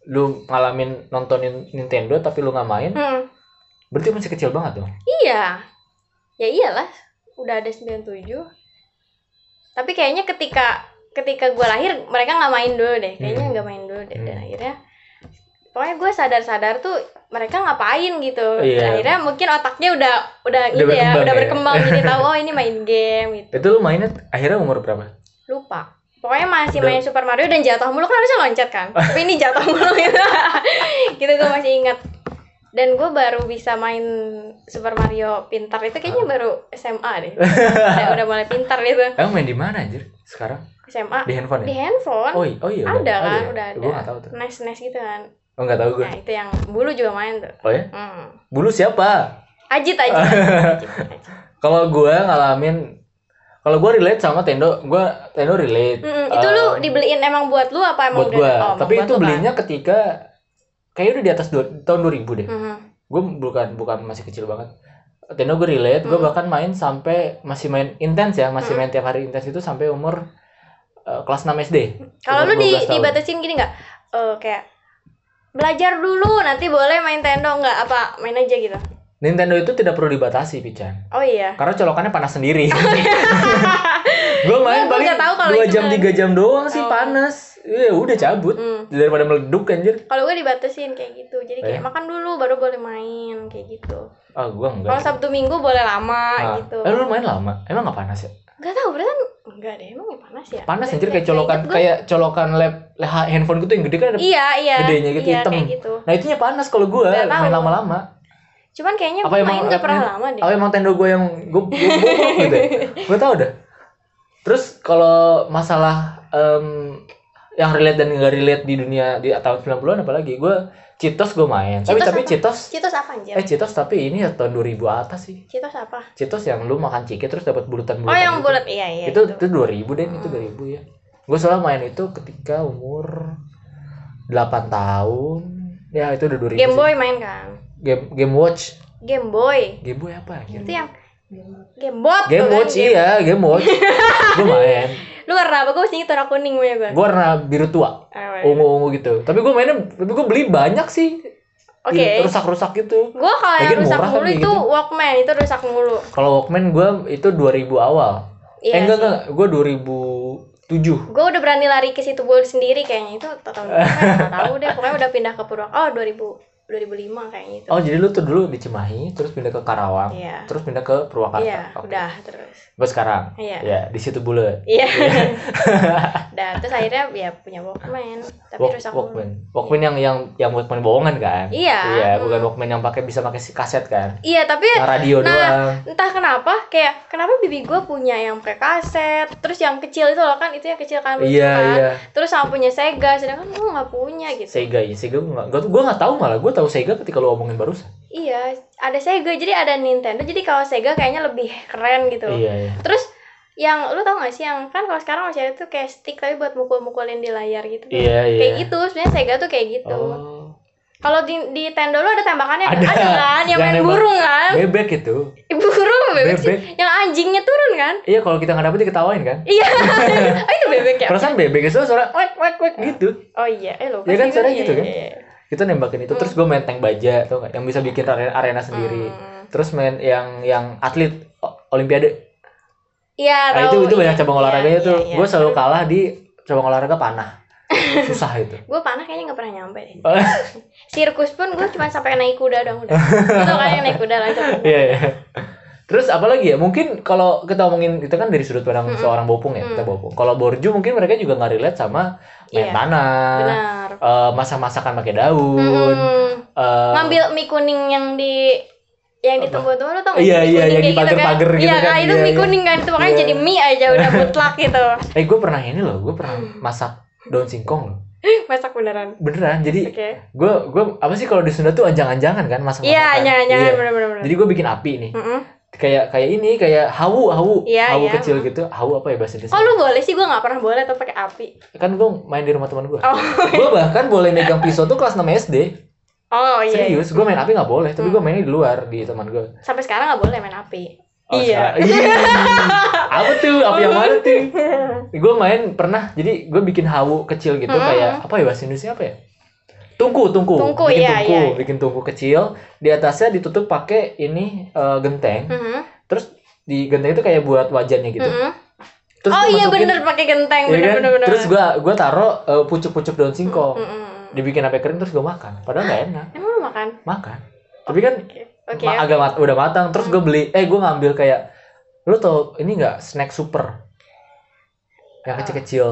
Speaker 1: lu ngalamin nontonin Nintendo tapi lu nggak main,
Speaker 2: Hmm,
Speaker 1: berarti masih kecil banget dong.
Speaker 2: iya. Ya iyalah, udah ada 97. Tapi kayaknya ketika ketika gue lahir mereka nggak main dulu deh. Kayaknya
Speaker 1: Hmm.
Speaker 2: nggak main dulu deh. Dan
Speaker 1: Hmm.
Speaker 2: akhirnya pokoknya gue sadar-sadar tuh mereka ngapain gitu.
Speaker 1: Iya.
Speaker 2: Dan Akhirnya mungkin otaknya udah udah, ini ya,
Speaker 1: Udah berkembang
Speaker 2: udah
Speaker 1: ya.
Speaker 2: berkembang jadi tahu oh ini main game gitu.
Speaker 1: Itu lu mainnya akhirnya umur berapa?
Speaker 2: Lupa. Pokoknya masih
Speaker 1: Udah.
Speaker 2: main Super Mario dan jatuh mulu kan harusnya loncat kan. Tapi ini jatuh mulu gitu. gitu gue masih ingat. Dan gue baru bisa main Super Mario pintar itu kayaknya baru SMA deh. udah, udah mulai pintar gitu.
Speaker 1: Emang main di mana anjir? Sekarang
Speaker 2: SMA
Speaker 1: di handphone
Speaker 2: di
Speaker 1: ya?
Speaker 2: handphone.
Speaker 1: Oh, i- oh iya.
Speaker 2: ada kan,
Speaker 1: ya?
Speaker 2: udah ada.
Speaker 1: Gua nggak tahu tuh.
Speaker 2: Nes-nes gitu kan.
Speaker 1: Oh nggak tahu gue.
Speaker 2: Nah, itu yang bulu juga main tuh.
Speaker 1: Oh ya?
Speaker 2: Hmm.
Speaker 1: Bulu siapa?
Speaker 2: Ajit ajit. ajit, ajit.
Speaker 1: Kalau gue ngalamin kalau gue relate sama Tendo, gue Tendo relate.
Speaker 2: Mm-mm, itu
Speaker 1: Eh,
Speaker 2: lu dibeliin emang buat lu apa emang
Speaker 1: buat
Speaker 2: udah?
Speaker 1: gue.
Speaker 2: oh, emang
Speaker 1: Tapi
Speaker 2: buat
Speaker 1: itu
Speaker 2: lu kan?
Speaker 1: belinya ketika kayaknya udah di atas dua- tahun 2000 deh.
Speaker 2: Mhm.
Speaker 1: Gue bukan bukan masih kecil banget. Tendo gue relate, gue
Speaker 2: Hmm.
Speaker 1: bahkan main sampai masih main intens ya, masih
Speaker 2: Hmm.
Speaker 1: main tiap hari intens itu sampai umur eh, kelas 6 SD.
Speaker 2: Kalau lu
Speaker 1: Umur
Speaker 2: di,
Speaker 1: 12 tahun.
Speaker 2: dibatasin gini nggak? Eh, kayak belajar dulu nanti boleh main tendo nggak apa main aja gitu.
Speaker 1: Nintendo itu tidak perlu dibatasi, Pican.
Speaker 2: Oh iya.
Speaker 1: Karena colokannya panas sendiri. gue
Speaker 2: Gua-
Speaker 1: main
Speaker 2: gua
Speaker 1: paling
Speaker 2: nggak tahu kalau
Speaker 1: dua
Speaker 2: itu
Speaker 1: jam
Speaker 2: kan.
Speaker 1: tiga jam doang sih
Speaker 2: Oh.
Speaker 1: panas. Ya udah cabut
Speaker 2: Hmm.
Speaker 1: daripada meleduk anjir.
Speaker 2: Kalau gue dibatasin kayak gitu. Jadi kayak
Speaker 1: Eh.
Speaker 2: makan dulu baru boleh main kayak gitu.
Speaker 1: Ah gue enggak.
Speaker 2: Kalau Sabtu Minggu boleh lama
Speaker 1: Ah.
Speaker 2: gitu.
Speaker 1: Eh, lu main lama. Emang nggak panas ya?
Speaker 2: Gak tahu berarti kan enggak deh emang ya panas ya.
Speaker 1: Panas
Speaker 2: Udah,
Speaker 1: anjir kayak
Speaker 2: inget
Speaker 1: colokan
Speaker 2: gua-
Speaker 1: kayak colokan lab leha- handphone gitu yang gede kan ada.
Speaker 2: Iya iya.
Speaker 1: gedenya gitu,
Speaker 2: iya,
Speaker 1: hitam.
Speaker 2: Kayak gitu.
Speaker 1: Nah, itunya panas kalau gue
Speaker 2: Nggak tahu.
Speaker 1: main lama-lama.
Speaker 2: Cuman kayaknya
Speaker 1: Apa
Speaker 2: gue
Speaker 1: emang-
Speaker 2: main gak pernah
Speaker 1: emang-
Speaker 2: lama deh.
Speaker 1: Oh, emang tendo gue yang gue gitu. Ya? Gue tau dah. Terus kalau masalah em, yang relate dan nggak relate di dunia di tahun 90-an apalagi gue Citos gue main. tapi
Speaker 2: Cheetos
Speaker 1: tapi
Speaker 2: apa? Iya.
Speaker 1: Citos
Speaker 2: Citos apa anjir?
Speaker 1: Eh Citos tapi ini ya tahun 2000 atas sih.
Speaker 2: Citos apa?
Speaker 1: Citos yang lu makan ciki terus dapat bulutan-bulutan.
Speaker 2: Oh yang
Speaker 1: gitu.
Speaker 2: bulat iya iya.
Speaker 1: Itu itu 2000 deh,
Speaker 2: Hmm.
Speaker 1: itu 2000 ya. Gue soalnya main itu ketika umur 8 tahun. Ya itu udah 2000.
Speaker 2: Game
Speaker 1: sih.
Speaker 2: Boy main kan?
Speaker 1: Game Game Watch.
Speaker 2: Game Boy.
Speaker 1: Game Boy apa ya?
Speaker 2: Itu kan? yang Game Boy.
Speaker 1: Game Watch iya, Game Watch. gue main.
Speaker 2: Lu warna apa? Gue masih inget warna kuning punya Ah, gue.
Speaker 1: Gue warna biru tua, ungu-ungu gitu. Tapi gue mainnya tapi gue beli banyak sih.
Speaker 2: Oke.
Speaker 1: Yang Rusak-rusak gitu.
Speaker 2: Gue kalau yang
Speaker 1: Lagian
Speaker 2: rusak
Speaker 1: Iya, murah kan
Speaker 2: mulu
Speaker 1: kayak
Speaker 2: itu
Speaker 1: gitu.
Speaker 2: Walkman, itu rusak mulu.
Speaker 1: Kalau Walkman gue itu 2000 awal.
Speaker 2: Iya.
Speaker 1: eh enggak enggak, gue 2007.
Speaker 2: Gue udah berani lari ke situ bola sendiri kayaknya itu tahun berapa ya, nggak tahu deh. Pokoknya udah pindah ke Purwak. Oh 2000 2005 kayaknya itu.
Speaker 1: Oh, jadi lu tuh dulu di Cimahi, terus pindah ke Karawang,
Speaker 2: Iya.
Speaker 1: terus pindah ke Purwakarta.
Speaker 2: Iya,
Speaker 1: Oke.
Speaker 2: udah terus.
Speaker 1: Sampai sekarang.
Speaker 2: Iya.
Speaker 1: Ya, di situ bulat.
Speaker 2: Iya. Udah, terus akhirnya ya punya Walkman, tapi
Speaker 1: Iya. Walk-
Speaker 2: rusak mulu.
Speaker 1: Walkman. Walkman yang yang yang Walkman bohongan kan?
Speaker 2: Iya.
Speaker 1: Iya, bukan
Speaker 2: Hmm.
Speaker 1: Walkman yang pakai bisa pakai si kaset kan?
Speaker 2: Iya, tapi
Speaker 1: Yang radio
Speaker 2: Nah.
Speaker 1: doang.
Speaker 2: entah kenapa kayak kenapa bibi gue punya yang pakai kaset, terus yang kecil itu loh kan itu yang kecil kan lucu
Speaker 1: Iya,
Speaker 2: kan.
Speaker 1: iya.
Speaker 2: Terus sama punya Sega, sedangkan gue nggak punya gitu.
Speaker 1: Sega ya, Sega gue gak, gue gak tau malah, gue tau Sega ketika lu omongin barusan
Speaker 2: Iya, ada Sega, jadi ada Nintendo. Jadi kalau Sega kayaknya lebih keren gitu.
Speaker 1: Iya, iya
Speaker 2: Terus yang lu tau gak sih yang kan kalau sekarang masih ada tuh kayak stick tapi buat mukul-mukulin di layar gitu.
Speaker 1: Iya, iya
Speaker 2: Kayak gitu, sebenarnya Sega tuh kayak gitu.
Speaker 1: Oh,
Speaker 2: Kalau di di Tendo lu ada tembakannya
Speaker 1: Ada.
Speaker 2: ada kan yang
Speaker 1: Yang
Speaker 2: main
Speaker 1: nembak.
Speaker 2: burung kan?
Speaker 1: bebek itu
Speaker 2: Burung bebek, sih.
Speaker 1: Bebek.
Speaker 2: Yang anjingnya turun kan?
Speaker 1: Iya, kalau kita gak dapet diketawain kan
Speaker 2: Iya. oh, itu bebek ya?
Speaker 1: Perasaan bebek itu suara wek, wek, wek gitu
Speaker 2: Oh iya, eh lupa.
Speaker 1: Iya kan,
Speaker 2: sih,
Speaker 1: suaranya
Speaker 2: iya,
Speaker 1: gitu kan?
Speaker 2: iya, iya.
Speaker 1: Kita nembakin itu, terus gue main tank baja tau gak? Yang bisa bikin arena, arena sendiri
Speaker 2: Hmm.
Speaker 1: Terus main yang yang atlet o- Olimpiade
Speaker 2: Iya, tahu,
Speaker 1: Nah itu, itu
Speaker 2: iya,
Speaker 1: banyak cabang
Speaker 2: iya,
Speaker 1: olahraganya
Speaker 2: iya,
Speaker 1: tuh
Speaker 2: iya.
Speaker 1: Gue selalu kalah di cabang olahraga panah Susah itu
Speaker 2: Gue panah kayaknya nggak pernah nyampe deh.
Speaker 1: Oh.
Speaker 2: Sirkus pun gue cuma sampai naik kuda dong udah. Itu kan yang naik kuda lah itu.
Speaker 1: Iya, iya. Terus apalagi ya? Mungkin kalau kita omongin itu kan dari sudut pandang seorang bopung ya, kita bopung. Kalau borju mungkin mereka juga nggak relate sama
Speaker 2: Iya,
Speaker 1: main tanah,
Speaker 2: Benar.
Speaker 1: eh, masak-masakan pakai daun,
Speaker 2: Hmm.
Speaker 1: eh,
Speaker 2: ngambil mie kuning yang di yang ditumbuh-tumbuh lu tau nggak sih,
Speaker 1: Iya,
Speaker 2: mie
Speaker 1: iya,
Speaker 2: kuning
Speaker 1: yang di
Speaker 2: kayak
Speaker 1: pagar-pagar gitu
Speaker 2: iya,
Speaker 1: kan,
Speaker 2: kan, itu
Speaker 1: iya,
Speaker 2: mie
Speaker 1: iya.
Speaker 2: kuning kan itu makanya
Speaker 1: Iya.
Speaker 2: jadi mie aja udah mutlak gitu
Speaker 1: eh gue pernah ini loh, gue pernah
Speaker 2: Mm.
Speaker 1: masak daun singkong loh.
Speaker 2: masak beneran
Speaker 1: Beneran. Jadi
Speaker 2: oke
Speaker 1: gue gue apa sih kalau di Sunda tuh anjang-anjangan kan masak
Speaker 2: iya jangan jangan bener bener bener
Speaker 1: Jadi gue bikin api nih.
Speaker 2: Mm-mm.
Speaker 1: Kayak kayak ini kayak hawu hawu
Speaker 2: Iya,
Speaker 1: hawu
Speaker 2: iya.
Speaker 1: kecil gitu hawu apa ya bahasa Inggrisnya?
Speaker 2: kok Oh, lu boleh sih gue nggak pernah boleh tuh pakai api
Speaker 1: kan gue main di rumah teman gue.
Speaker 2: Oh.
Speaker 1: Gue bahkan boleh megang pisau tuh kelas 6 SD.
Speaker 2: oh iya Hmm.
Speaker 1: Serius, gue main api nggak boleh, tapi gue mainnya di luar di teman gue.
Speaker 2: sampai sekarang nggak boleh main api iya
Speaker 1: apa tuh? Api yang mana tuh? Gue main pernah, jadi gue bikin hawu kecil gitu
Speaker 2: Hmm.
Speaker 1: kayak apa ya bahasa Indonesia apa ya? Tungku, tungku,
Speaker 2: Tungku,
Speaker 1: bikin
Speaker 2: iya,
Speaker 1: tungku,
Speaker 2: iya, iya.
Speaker 1: bikin tungku kecil. Di atasnya ditutup pakai ini eh, genteng.
Speaker 2: Mhm,
Speaker 1: Terus di genteng itu kayak buat wajannya gitu.
Speaker 2: mhm.
Speaker 1: Terus
Speaker 2: oh
Speaker 1: gua
Speaker 2: iya
Speaker 1: masukin-
Speaker 2: bener pakai genteng
Speaker 1: iya
Speaker 2: bener
Speaker 1: kan?
Speaker 2: bener bener
Speaker 1: Terus gue gua taruh eh, pucuk-pucuk daun singkong.
Speaker 2: Mhm.
Speaker 1: Dibikin sampai kering terus gue makan. Padahal nggak enak
Speaker 2: emang lu makan
Speaker 1: makan. Tapi kan
Speaker 2: oke oke
Speaker 1: Ma- agak mat- udah matang terus gue beli eh gue ngambil kayak lu tau ini nggak snack super yang
Speaker 2: Ah.
Speaker 1: kecil-kecil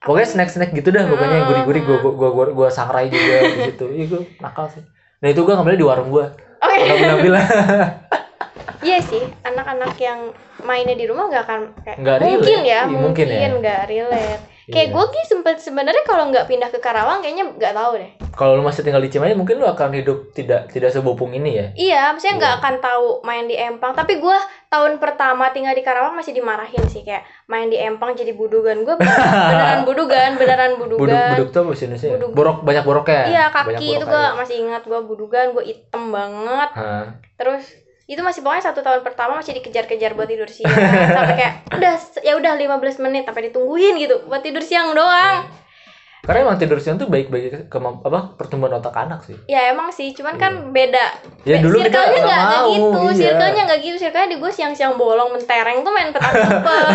Speaker 1: pokoknya snack snack gitu dah pokoknya yang gurih-gurih gue gue gue gue sangrai juga di situ iya gue nakal sih nah itu gue ngambilnya di warung gue
Speaker 2: oke
Speaker 1: ngambil ngambil
Speaker 2: Iya sih, anak-anak yang mainnya di rumah nggak akan kayak
Speaker 1: Nggak relate.
Speaker 2: mungkin ya,
Speaker 1: Iya,
Speaker 2: mungkin
Speaker 1: mungkin ya.
Speaker 2: nggak relate. Kayak
Speaker 1: Iya.
Speaker 2: gue sih sempet sebenarnya kalau nggak pindah ke Karawang kayaknya nggak tahu deh.
Speaker 1: kalau lu masih tinggal di Cimahi mungkin lu akan hidup tidak tidak sebopung ini ya
Speaker 2: Iya, maksudnya nggak
Speaker 1: Iya.
Speaker 2: akan tahu main di Empang. Tapi gue tahun pertama tinggal di Karawang masih dimarahin sih kayak main di Empang jadi budugan gue beneran budugan, beneran
Speaker 1: buduk
Speaker 2: budugan.
Speaker 1: buduk tuh apa sih Indonesia
Speaker 2: Buduk.
Speaker 1: borok banyak boroknya
Speaker 2: Iya
Speaker 1: Banyak
Speaker 2: kaki itu
Speaker 1: boroknya.
Speaker 2: gue masih ingat gue budugan, gue item banget.
Speaker 1: Hah.
Speaker 2: terus itu masih pokoknya satu tahun pertama masih dikejar-kejar buat tidur siang sampai kayak udah ya udah 15 menit sampai ditungguin gitu buat tidur siang doang
Speaker 1: karena emang tidur siang tuh baik bagi ke, kemamp- apa pertumbuhan otak anak sih
Speaker 2: ya emang sih cuman kan beda
Speaker 1: Ya,
Speaker 2: Be-
Speaker 1: dulu kita
Speaker 2: circle-nya
Speaker 1: nggak
Speaker 2: nggak nggak
Speaker 1: mau,
Speaker 2: gitu
Speaker 1: iya.
Speaker 2: circle-nya nggak gitu circle-nya di gue siang-siang bolong mentereng tuh main petak umpet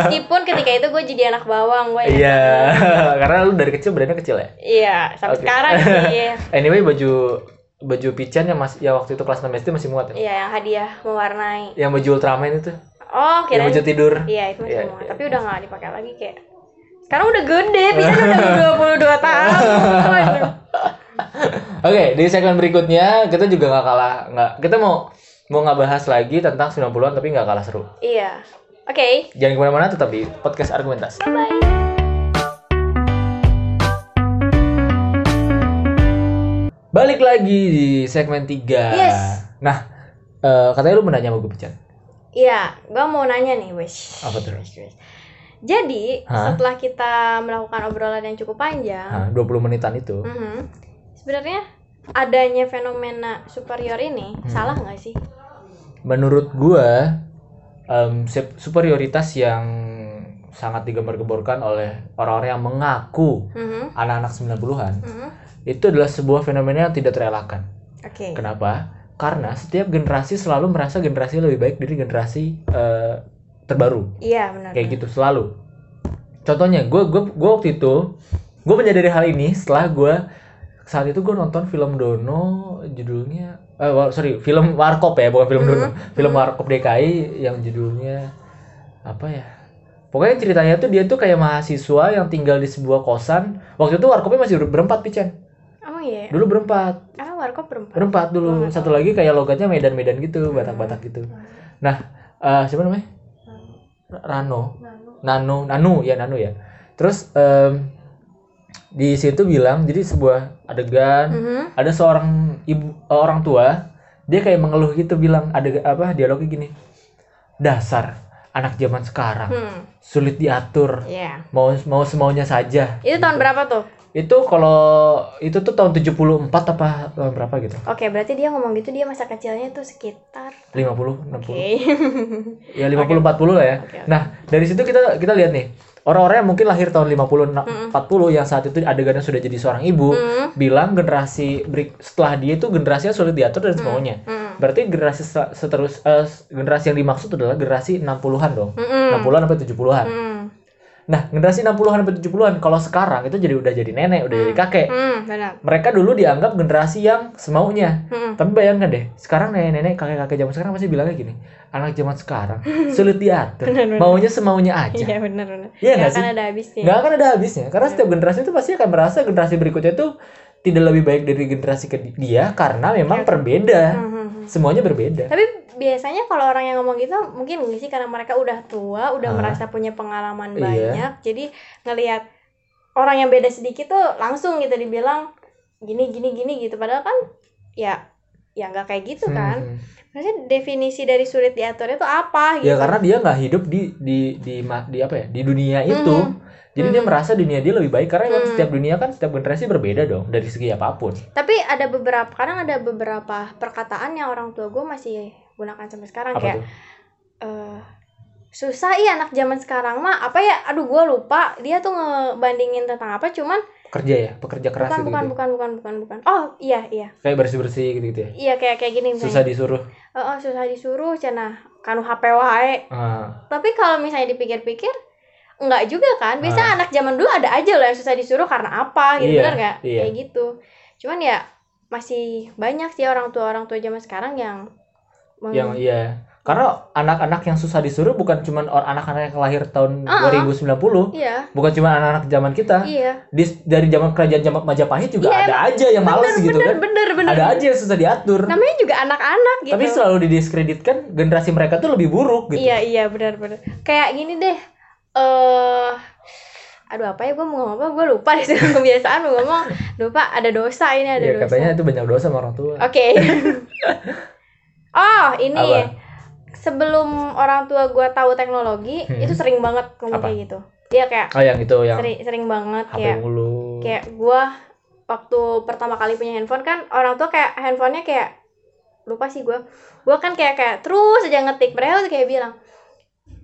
Speaker 2: meskipun ketika itu gue jadi anak bawang gue ingat
Speaker 1: Iya,
Speaker 2: banget.
Speaker 1: karena lu dari kecil badannya kecil ya.
Speaker 2: iya sampai
Speaker 1: Oke.
Speaker 2: sekarang sih
Speaker 1: Anyway, baju baju Pican yang masih ya waktu itu kelas 6 SD masih muat ya.
Speaker 2: iya yang hadiah mewarnai
Speaker 1: Yang baju Ultraman itu,
Speaker 2: oh
Speaker 1: yang
Speaker 2: kirain
Speaker 1: baju tidur.
Speaker 2: Iya itu masih
Speaker 1: Iya,
Speaker 2: muat.
Speaker 1: iya.
Speaker 2: Tapi udah nggak dipakai lagi kayak. Sekarang udah gede, bisa udah 22 tahun. Waduh.
Speaker 1: Oke, di segmen berikutnya kita juga nggak kalah nggak kita mau mau nggak bahas lagi tentang 90-an tapi nggak kalah seru.
Speaker 2: Iya. Oke.
Speaker 1: Jangan kemana-mana, tetap di podcast argumentasi.
Speaker 2: Bye.
Speaker 1: Balik lagi di segmen 3
Speaker 2: Yes.
Speaker 1: Nah, eh, katanya lu menanya sama gue Pican.
Speaker 2: Iya, gua mau nanya nih, wes.
Speaker 1: Apa tuh?
Speaker 2: Wes, wes. Jadi,
Speaker 1: Hah?
Speaker 2: setelah kita melakukan obrolan yang cukup panjang,
Speaker 1: Nah, 20 menitan itu.
Speaker 2: mhm, sebenarnya adanya fenomena superior ini
Speaker 1: Hmm.
Speaker 2: salah nggak sih?
Speaker 1: menurut gua em, se- superioritas yang sangat digembar-gemborkan oleh orang-orang yang mengaku
Speaker 2: Mhm,
Speaker 1: anak-anak 90-an
Speaker 2: mhm.
Speaker 1: itu adalah sebuah fenomena yang tidak terelakkan.
Speaker 2: Oke.
Speaker 1: Kenapa? Karena setiap generasi selalu merasa generasi lebih baik dari generasi eh, terbaru.
Speaker 2: Iya, benar.
Speaker 1: Kayak gitu selalu. Contohnya, gue gue gue waktu itu gue menyadari hal ini setelah gua saat itu gue nonton film Dono judulnya eh wa- sorry film Warkop ya bukan film Dono film Warkop DKI yang judulnya apa ya pokoknya ceritanya tuh dia tuh kayak mahasiswa yang tinggal di sebuah kosan waktu itu Warkopnya masih ber- berempat Pican
Speaker 2: Emang iya.
Speaker 1: dulu berempat
Speaker 2: Ah, warkop berempat.
Speaker 1: berempat dulu satu lagi kayak logatnya Medan-Medan gitu Batak-Batak gitu nah eh siapa namanya Rano Nano, Nano ya Nano ya. Terus em, di situ bilang jadi sebuah adegan
Speaker 2: Mhm.
Speaker 1: ada seorang ibu eh, orang tua dia kayak mengeluh gitu bilang ada apa dialognya gini dasar anak zaman sekarang
Speaker 2: Hmm.
Speaker 1: sulit diatur
Speaker 2: Ya.
Speaker 1: mau mau semaunya saja
Speaker 2: Itu tahun berapa tuh?
Speaker 1: itu kalau itu tuh tahun 74 apa tahun berapa gitu
Speaker 2: Oke, berarti dia ngomong gitu dia masa kecilnya tuh sekitar
Speaker 1: 50 60
Speaker 2: Oke.
Speaker 1: ya 50 40 lah ya.
Speaker 2: Oke, oke.
Speaker 1: Nah, dari situ kita kita lihat nih. Orang-orang yang mungkin lahir tahun 50 na- 40 yang saat itu adegannya sudah jadi seorang ibu,
Speaker 2: Hmm.
Speaker 1: bilang generasi berik- setelah dia itu generasinya sulit diatur dan semuanya.
Speaker 2: Hmm.
Speaker 1: Berarti generasi se- seterus eh, s- generasi yang dimaksud adalah generasi 60-an dong.
Speaker 2: Hmm.
Speaker 1: 60-an sampai 70-an.
Speaker 2: Hmm.
Speaker 1: Nah, generasi 60-an sampai 70-an kalau sekarang itu jadi udah jadi nenek, udah jadi kakek.
Speaker 2: Hmm, benar.
Speaker 1: Mereka dulu dianggap generasi yang semaunya.
Speaker 2: Hmm.
Speaker 1: Tapi bayangkan deh, sekarang nenek-nenek, kakek-kakek zaman sekarang masih bilangnya gini, anak zaman sekarang sulit diatur,
Speaker 2: Benar, benar.
Speaker 1: maunya semaunya aja.
Speaker 2: Iya, benar benar.
Speaker 1: Iya
Speaker 2: Nggak akan
Speaker 1: nggak sih?
Speaker 2: ada habisnya.
Speaker 1: Nggak akan ada habisnya,
Speaker 2: Iya.
Speaker 1: karena setiap generasi itu pasti akan merasa generasi berikutnya itu tidak lebih baik dari generasi ke dia karena memang
Speaker 2: Iya.
Speaker 1: berbeda,
Speaker 2: Mhm.
Speaker 1: semuanya berbeda.
Speaker 2: Tapi biasanya kalau orang yang ngomong gitu mungkin nggak sih karena mereka udah tua, udah
Speaker 1: Ah.
Speaker 2: merasa punya pengalaman
Speaker 1: Iya.
Speaker 2: banyak. Jadi ngelihat orang yang beda sedikit tuh langsung gitu dibilang gini gini gini gitu. Padahal kan ya ya nggak kayak gitu kan.
Speaker 1: Hmm.
Speaker 2: Maksudnya definisi dari sulit diatur itu apa gitu.
Speaker 1: Ya karena dia nggak hidup di di di ma- di apa ya di dunia itu,
Speaker 2: Mm-hmm.
Speaker 1: jadi dia merasa dunia dia lebih baik karena memang
Speaker 2: Mhm.
Speaker 1: setiap dunia kan setiap generasi berbeda dong dari segi apapun.
Speaker 2: Tapi ada beberapa kadang ada beberapa perkataan yang orang tua gue masih gunakan sampai sekarang
Speaker 1: Apa
Speaker 2: kayak
Speaker 1: tuh?
Speaker 2: eh susah iya anak zaman sekarang mah apa ya aduh gue lupa dia tuh ngebandingin tentang apa cuman
Speaker 1: Kerja ya, pekerja keras
Speaker 2: bukan
Speaker 1: gitu,
Speaker 2: bukan bukan bukan bukan bukan oh iya iya
Speaker 1: kayak bersih bersih gitu gitu ya.
Speaker 2: iya kayak kayak gini
Speaker 1: Susah
Speaker 2: misalnya
Speaker 1: disuruh.
Speaker 2: Eh, oh, susah disuruh cenah kanu HP wae
Speaker 1: Ah.
Speaker 2: tapi kalau misalnya dipikir-pikir enggak juga kan biasa anak zaman dulu ada aja loh yang susah disuruh karena apa gitu
Speaker 1: Ah. Iya,
Speaker 2: benar nggak
Speaker 1: iya.
Speaker 2: kayak gitu cuman ya masih banyak sih orang tua orang tua zaman sekarang yang meng-
Speaker 1: yang iya karena anak-anak yang susah disuruh bukan cuma anak-anak yang lahir tahun
Speaker 2: Ah, ah.
Speaker 1: 2090
Speaker 2: iya
Speaker 1: bukan cuma anak-anak zaman kita
Speaker 2: iya
Speaker 1: Di- dari zaman kerajaan zaman Majapahit juga
Speaker 2: Iya,
Speaker 1: ada aja yang males
Speaker 2: bener
Speaker 1: gitu
Speaker 2: bener
Speaker 1: kan
Speaker 2: bener bener
Speaker 1: ada aja yang susah diatur
Speaker 2: namanya juga anak-anak gitu
Speaker 1: tapi selalu didiskreditkan generasi mereka tuh lebih buruk gitu
Speaker 2: Iya iya benar-benar. Kayak gini deh. Eh aduh apa ya gue mau ngomong apa gue lupa deh kebiasaan mau ngomong lupa ada dosa ini ada
Speaker 1: Iya,
Speaker 2: dosa. Ah,
Speaker 1: katanya itu banyak dosa sama orang tua
Speaker 2: Oke. oh, ini
Speaker 1: Apa?
Speaker 2: sebelum orang tua gue tahu teknologi
Speaker 1: Hmm.
Speaker 2: itu sering banget ngomong
Speaker 1: Apa?
Speaker 2: kayak gitu. Dia kayak
Speaker 1: oh yang itu yang
Speaker 2: sering sering banget
Speaker 1: HP
Speaker 2: kayak
Speaker 1: mulu
Speaker 2: kayak gue waktu pertama kali punya handphone kan orang tua kayak handphonenya kayak lupa sih gue gue kan kayak kayak terus aja ngetik mereka tuh kayak bilang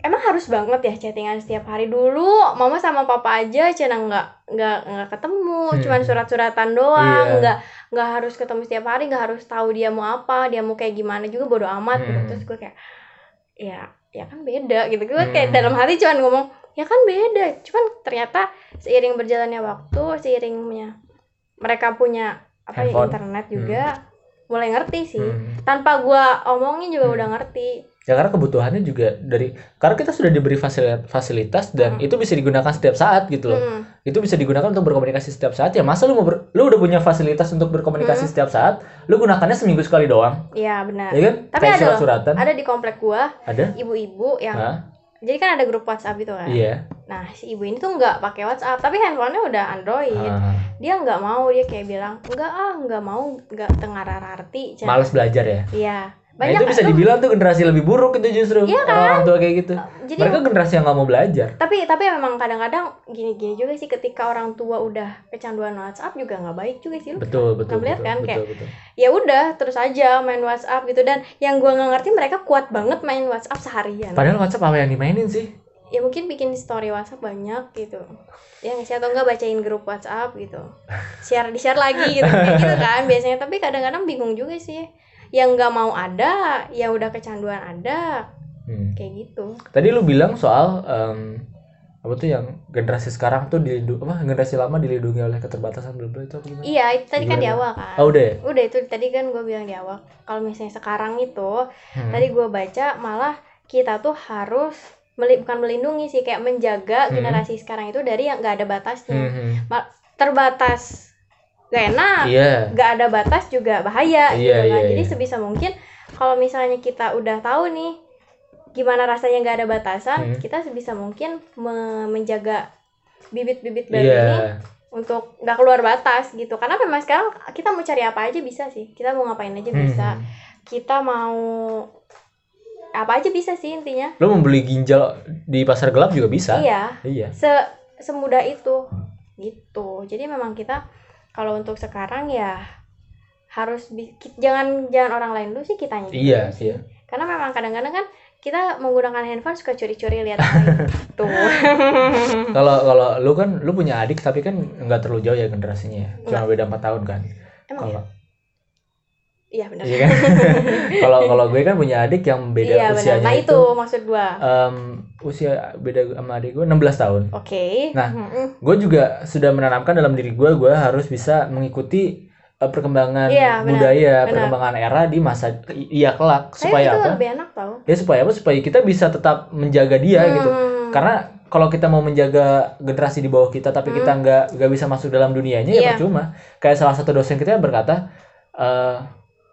Speaker 2: emang harus banget ya chattingan setiap hari dulu mama sama papa aja cina nggak nggak nggak ketemu
Speaker 1: Hmm.
Speaker 2: cuman surat-suratan doang
Speaker 1: Iya.
Speaker 2: nggak nggak harus ketemu setiap hari nggak harus tahu dia mau apa dia mau kayak gimana juga bodo amat gitu
Speaker 1: Hmm.
Speaker 2: terus gue kayak ya ya kan beda gitu gue kayak
Speaker 1: Hmm.
Speaker 2: dalam hati cuman ngomong ya kan beda cuman ternyata seiring berjalannya waktu seiringnya mereka punya apa ya
Speaker 1: Handphone.
Speaker 2: internet juga mulai ngerti sih
Speaker 1: Hmm.
Speaker 2: tanpa gua omongin juga
Speaker 1: Hmm.
Speaker 2: udah ngerti
Speaker 1: ya karena kebutuhannya juga dari karena kita sudah diberi fasili- fasilitas dan itu bisa digunakan setiap saat gitu loh
Speaker 2: Hmm.
Speaker 1: itu bisa digunakan untuk berkomunikasi setiap saat ya masa lu mau ber- lu udah punya fasilitas untuk berkomunikasi
Speaker 2: Hmm.
Speaker 1: setiap saat lu gunakannya seminggu sekali doang
Speaker 2: Iya benar
Speaker 1: ya kan
Speaker 2: Tapi ada
Speaker 1: kayak
Speaker 2: loh.
Speaker 1: surat-suratan
Speaker 2: ada di komplek gua
Speaker 1: ada
Speaker 2: ibu-ibu yang
Speaker 1: Hah?
Speaker 2: jadi kan ada grup WhatsApp itu kan
Speaker 1: iya
Speaker 2: nah si ibu ini tuh nggak pakai WhatsApp tapi handphonenya udah Android
Speaker 1: Ah.
Speaker 2: dia nggak mau dia kayak bilang nggak ah nggak mau nggak tengah arti Chan."
Speaker 1: males belajar ya
Speaker 2: iya
Speaker 1: nah
Speaker 2: banyak
Speaker 1: itu bisa
Speaker 2: tuh.
Speaker 1: dibilang tuh generasi lebih buruk itu justru
Speaker 2: Iya kan?
Speaker 1: orang tua kayak gitu
Speaker 2: jadi
Speaker 1: mereka generasi yang nggak mau belajar
Speaker 2: tapi tapi memang kadang-kadang gini-gini juga sih ketika orang tua udah kecanduan WhatsApp juga nggak baik juga sih lu
Speaker 1: betul betul
Speaker 2: Nggak melihat
Speaker 1: betul,
Speaker 2: kan,
Speaker 1: betul,
Speaker 2: kayak-
Speaker 1: betul.
Speaker 2: ya udah terus aja main WhatsApp gitu dan yang gua nggak ngerti mereka kuat banget main WhatsApp seharian
Speaker 1: padahal WhatsApp apa yang dimainin sih
Speaker 2: ya mungkin bikin story WhatsApp banyak gitu ya nggak sih atau nggak bacain grup WhatsApp gitu share di share lagi gitu kayak gitu kan biasanya tapi kadang-kadang bingung juga sih yang nggak mau ada yang udah kecanduan ada
Speaker 1: Hmm.
Speaker 2: kayak gitu
Speaker 1: tadi lu bilang soal em, apa tuh yang generasi sekarang tuh dilindungi apa generasi lama dilindungi oleh keterbatasan bla bla itu apa gimana?
Speaker 2: Iya, itu tadi kan di
Speaker 1: Gimana?
Speaker 2: awal kan.
Speaker 1: Oh udah ya?
Speaker 2: Udah itu tadi kan gue bilang di awal. Kalau misalnya sekarang itu,
Speaker 1: Hmm.
Speaker 2: tadi gue baca malah kita tuh harus meli- bukan melindungi sih kayak menjaga
Speaker 1: Hmm.
Speaker 2: generasi sekarang itu dari yang gak ada
Speaker 1: Hmm,
Speaker 2: batasnya.
Speaker 1: hmm.
Speaker 2: Ma- Terbatas gak enak,
Speaker 1: Iya.
Speaker 2: gak ada batas juga bahaya gitu
Speaker 1: Iya,
Speaker 2: kan.
Speaker 1: iya,
Speaker 2: Jadi
Speaker 1: iya.
Speaker 2: sebisa mungkin kalau misalnya kita udah tahu nih gimana rasanya gak ada batasan,
Speaker 1: Hmm.
Speaker 2: kita sebisa mungkin me- menjaga bibit-bibit baru
Speaker 1: Iya.
Speaker 2: ini untuk nggak keluar batas gitu. Karena memang sekarang kita mau cari apa aja bisa sih. Kita mau ngapain aja bisa.
Speaker 1: Hmm.
Speaker 2: Kita mau apa aja bisa sih intinya.
Speaker 1: Lo membeli ginjal di pasar gelap juga bisa.
Speaker 2: Iya,
Speaker 1: Iya.
Speaker 2: se semudah itu gitu. Jadi memang kita kalau untuk sekarang ya harus bi- ki- jangan jangan orang lain dulu sih kitanya. dulu
Speaker 1: Iya,
Speaker 2: sih.
Speaker 1: iya.
Speaker 2: Karena memang kadang-kadang kan kita menggunakan handphone suka curi-curi lihat gitu. orang lain. tuh.
Speaker 1: Kalau kalau lu kan lu punya adik tapi kan nggak terlalu jauh ya generasinya. ya. Cuma beda 4 tahun kan.
Speaker 2: Emang
Speaker 1: Kalau
Speaker 2: Iya benar.
Speaker 1: iya kan? Kalau kalau gue kan punya adik yang beda
Speaker 2: Iya benar.
Speaker 1: usianya
Speaker 2: Nah itu
Speaker 1: itu.
Speaker 2: maksud gua.
Speaker 1: em, usia beda sama adik gue 16 tahun.
Speaker 2: Oke.
Speaker 1: Nah,
Speaker 2: Mm-mm.
Speaker 1: Gue juga sudah menanamkan dalam diri gue gue harus bisa mengikuti eh, perkembangan
Speaker 2: Iya, benar,
Speaker 1: budaya,
Speaker 2: benar. gitu.
Speaker 1: perkembangan era di masa iya kelak
Speaker 2: Tapi
Speaker 1: supaya
Speaker 2: itu
Speaker 1: apa?
Speaker 2: lebih enak tau
Speaker 1: Ya supaya apa? Supaya kita bisa tetap menjaga dia gitu.
Speaker 2: Hmm.
Speaker 1: Karena kalau kita mau menjaga generasi di bawah kita tapi kita nggak nggak bisa masuk dalam dunianya
Speaker 2: Hmm. Iya.
Speaker 1: ya percuma. Kayak salah satu dosen kita berkata eh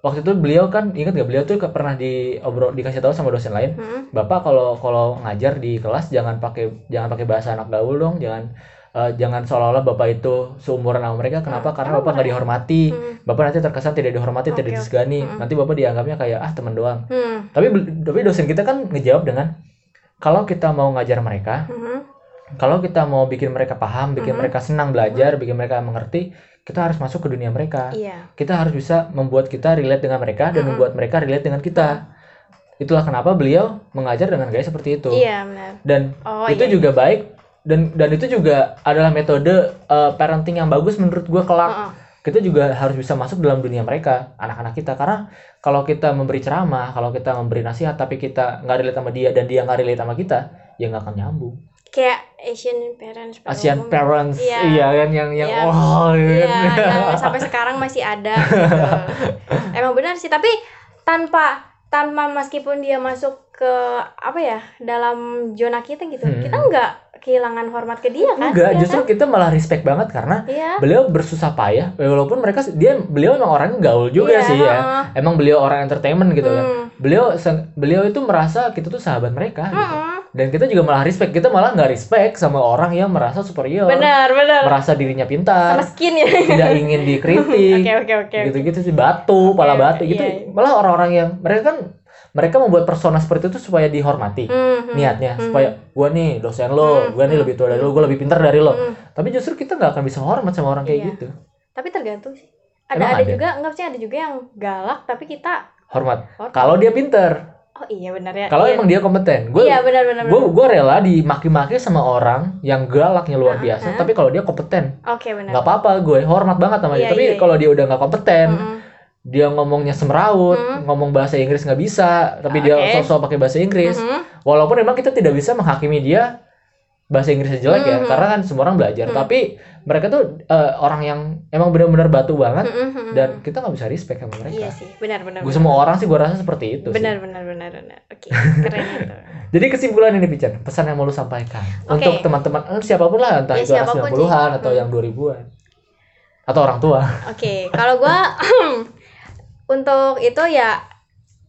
Speaker 1: waktu itu beliau kan ingat nggak beliau tuh ke- pernah diobrol dikasih tahu sama dosen lain,
Speaker 2: Hmm.
Speaker 1: "Bapak kalau kalau ngajar di kelas jangan pakai jangan pakai bahasa anak gaul dong, jangan eh, jangan seolah-olah Bapak itu seumuran sama mereka. Kenapa?
Speaker 2: Hmm,
Speaker 1: Karena
Speaker 2: emang
Speaker 1: Bapak nggak dihormati.
Speaker 2: Hmm.
Speaker 1: Bapak nanti terkesan tidak dihormati,
Speaker 2: Oke,
Speaker 1: tidak
Speaker 2: oke.
Speaker 1: disegani.
Speaker 2: Hmm.
Speaker 1: Nanti Bapak dianggapnya kayak ah teman doang."
Speaker 2: Hmm.
Speaker 1: tapi tapi dosen kita kan ngejawab dengan kalau kita mau ngajar mereka
Speaker 2: Hmm.
Speaker 1: kalau kita mau bikin mereka paham bikin
Speaker 2: Mhm.
Speaker 1: mereka senang belajar bikin mereka mengerti kita harus masuk ke dunia mereka
Speaker 2: Iya.
Speaker 1: kita harus bisa membuat kita relate dengan mereka dan
Speaker 2: Mhm.
Speaker 1: membuat mereka relate dengan kita itulah kenapa beliau mengajar dengan gaya seperti itu
Speaker 2: Iya benar.
Speaker 1: dan
Speaker 2: Oh
Speaker 1: itu
Speaker 2: iya.
Speaker 1: juga baik dan dan itu juga adalah metode uh, parenting yang bagus menurut gua kelak
Speaker 2: Heeh.
Speaker 1: kita juga harus bisa masuk dalam dunia mereka anak-anak kita karena kalau kita memberi ceramah kalau kita memberi nasihat tapi kita nggak relate sama dia dan dia nggak relate sama kita ya nggak akan nyambung
Speaker 2: Kayak Asian parents. pada
Speaker 1: ASEAN
Speaker 2: umumnya.
Speaker 1: parents
Speaker 2: Iya.
Speaker 1: iya kan yang yang
Speaker 2: Iya.
Speaker 1: oh
Speaker 2: Iya,
Speaker 1: iya kan?
Speaker 2: yang sampai sekarang masih ada. gitu. Emang benar sih, tapi tanpa tanpa meskipun dia masuk ke apa ya dalam zona kita gitu,
Speaker 1: Hmm.
Speaker 2: kita nggak kehilangan hormat ke dia kan?
Speaker 1: enggak
Speaker 2: Iya
Speaker 1: justru
Speaker 2: kan?
Speaker 1: kita malah respect banget karena
Speaker 2: Iya.
Speaker 1: beliau bersusah payah walaupun mereka dia beliau emang orangnya gaul juga
Speaker 2: Iya,
Speaker 1: sih ya
Speaker 2: heeh.
Speaker 1: emang beliau orang entertainment gitu kan
Speaker 2: Hmm.
Speaker 1: beliau sen- beliau itu merasa kita tuh sahabat mereka gitu.
Speaker 2: Heeh.
Speaker 1: dan kita juga malah respect kita malah nggak respect sama orang yang merasa superior
Speaker 2: Benar, benar.
Speaker 1: merasa gitu. dirinya pintar
Speaker 2: Sama skin ya.
Speaker 1: tidak ingin dikritik
Speaker 2: Oke, oke, oke.
Speaker 1: gitu-gitu sih batu pala
Speaker 2: Oke,
Speaker 1: batu
Speaker 2: oke,
Speaker 1: gitu
Speaker 2: iya, iya.
Speaker 1: malah orang-orang yang mereka kan mereka membuat persona seperti itu supaya dihormati
Speaker 2: Hmm, hmm.
Speaker 1: niatnya
Speaker 2: Hmm.
Speaker 1: supaya gua nih dosen lo
Speaker 2: Hmm,
Speaker 1: gua nih
Speaker 2: hmm,
Speaker 1: lebih tua dari
Speaker 2: hmm.
Speaker 1: lo gua lebih pintar dari lo
Speaker 2: Hmm.
Speaker 1: tapi justru kita nggak akan bisa hormat sama orang kayak
Speaker 2: Iya.
Speaker 1: gitu
Speaker 2: tapi tergantung sih ada
Speaker 1: Emang
Speaker 2: ada,
Speaker 1: ada?
Speaker 2: juga enggak sih ada juga yang galak tapi kita
Speaker 1: hormat
Speaker 2: Hormat.
Speaker 1: kalau dia pintar
Speaker 2: oh iya benar ya
Speaker 1: kalau
Speaker 2: iya.
Speaker 1: emang dia kompeten
Speaker 2: iya
Speaker 1: gua
Speaker 2: benar benar
Speaker 1: gua
Speaker 2: benar.
Speaker 1: gua rela dimaki-maki sama orang yang galaknya luar
Speaker 2: Ah,
Speaker 1: biasa
Speaker 2: ah.
Speaker 1: tapi kalau dia kompeten
Speaker 2: oke benar
Speaker 1: nggak apa-apa gue hormat banget sama
Speaker 2: Iya,
Speaker 1: dia tapi
Speaker 2: iya, iya.
Speaker 1: kalau dia udah nggak kompeten
Speaker 2: Mm-mm.
Speaker 1: dia ngomongnya semeraut,
Speaker 2: Hmm.
Speaker 1: ngomong bahasa Inggris nggak bisa, tapi dia
Speaker 2: Oke.
Speaker 1: sosok pakai bahasa Inggris.
Speaker 2: Mm-mm.
Speaker 1: Walaupun memang kita tidak bisa menghakimi dia bahasa Inggrisnya jelek ya,
Speaker 2: Mhm.
Speaker 1: karena kan semua orang belajar.
Speaker 2: Hmm.
Speaker 1: Tapi mereka tuh eh, orang yang emang benar-benar batu banget
Speaker 2: Mm-mm, mm-mm.
Speaker 1: kan? dan kita nggak bisa respect sama
Speaker 2: Hmm. iya
Speaker 1: mereka.
Speaker 2: sih benar benar
Speaker 1: Gue
Speaker 2: benar.
Speaker 1: semua orang sih gue rasa seperti itu. sih.
Speaker 2: benar benar benar benar oke keren itu
Speaker 1: Jadi kesimpulan ini Pican, pesan yang mau lu sampaikan
Speaker 2: Oke.
Speaker 1: untuk teman-teman eh, siapapun lah, entah
Speaker 2: Ya,
Speaker 1: itu anak
Speaker 2: siapapun
Speaker 1: 90-an
Speaker 2: sih.
Speaker 1: atau
Speaker 2: Hmm.
Speaker 1: yang 2000-an atau orang tua.
Speaker 2: oke kalau gua untuk itu ya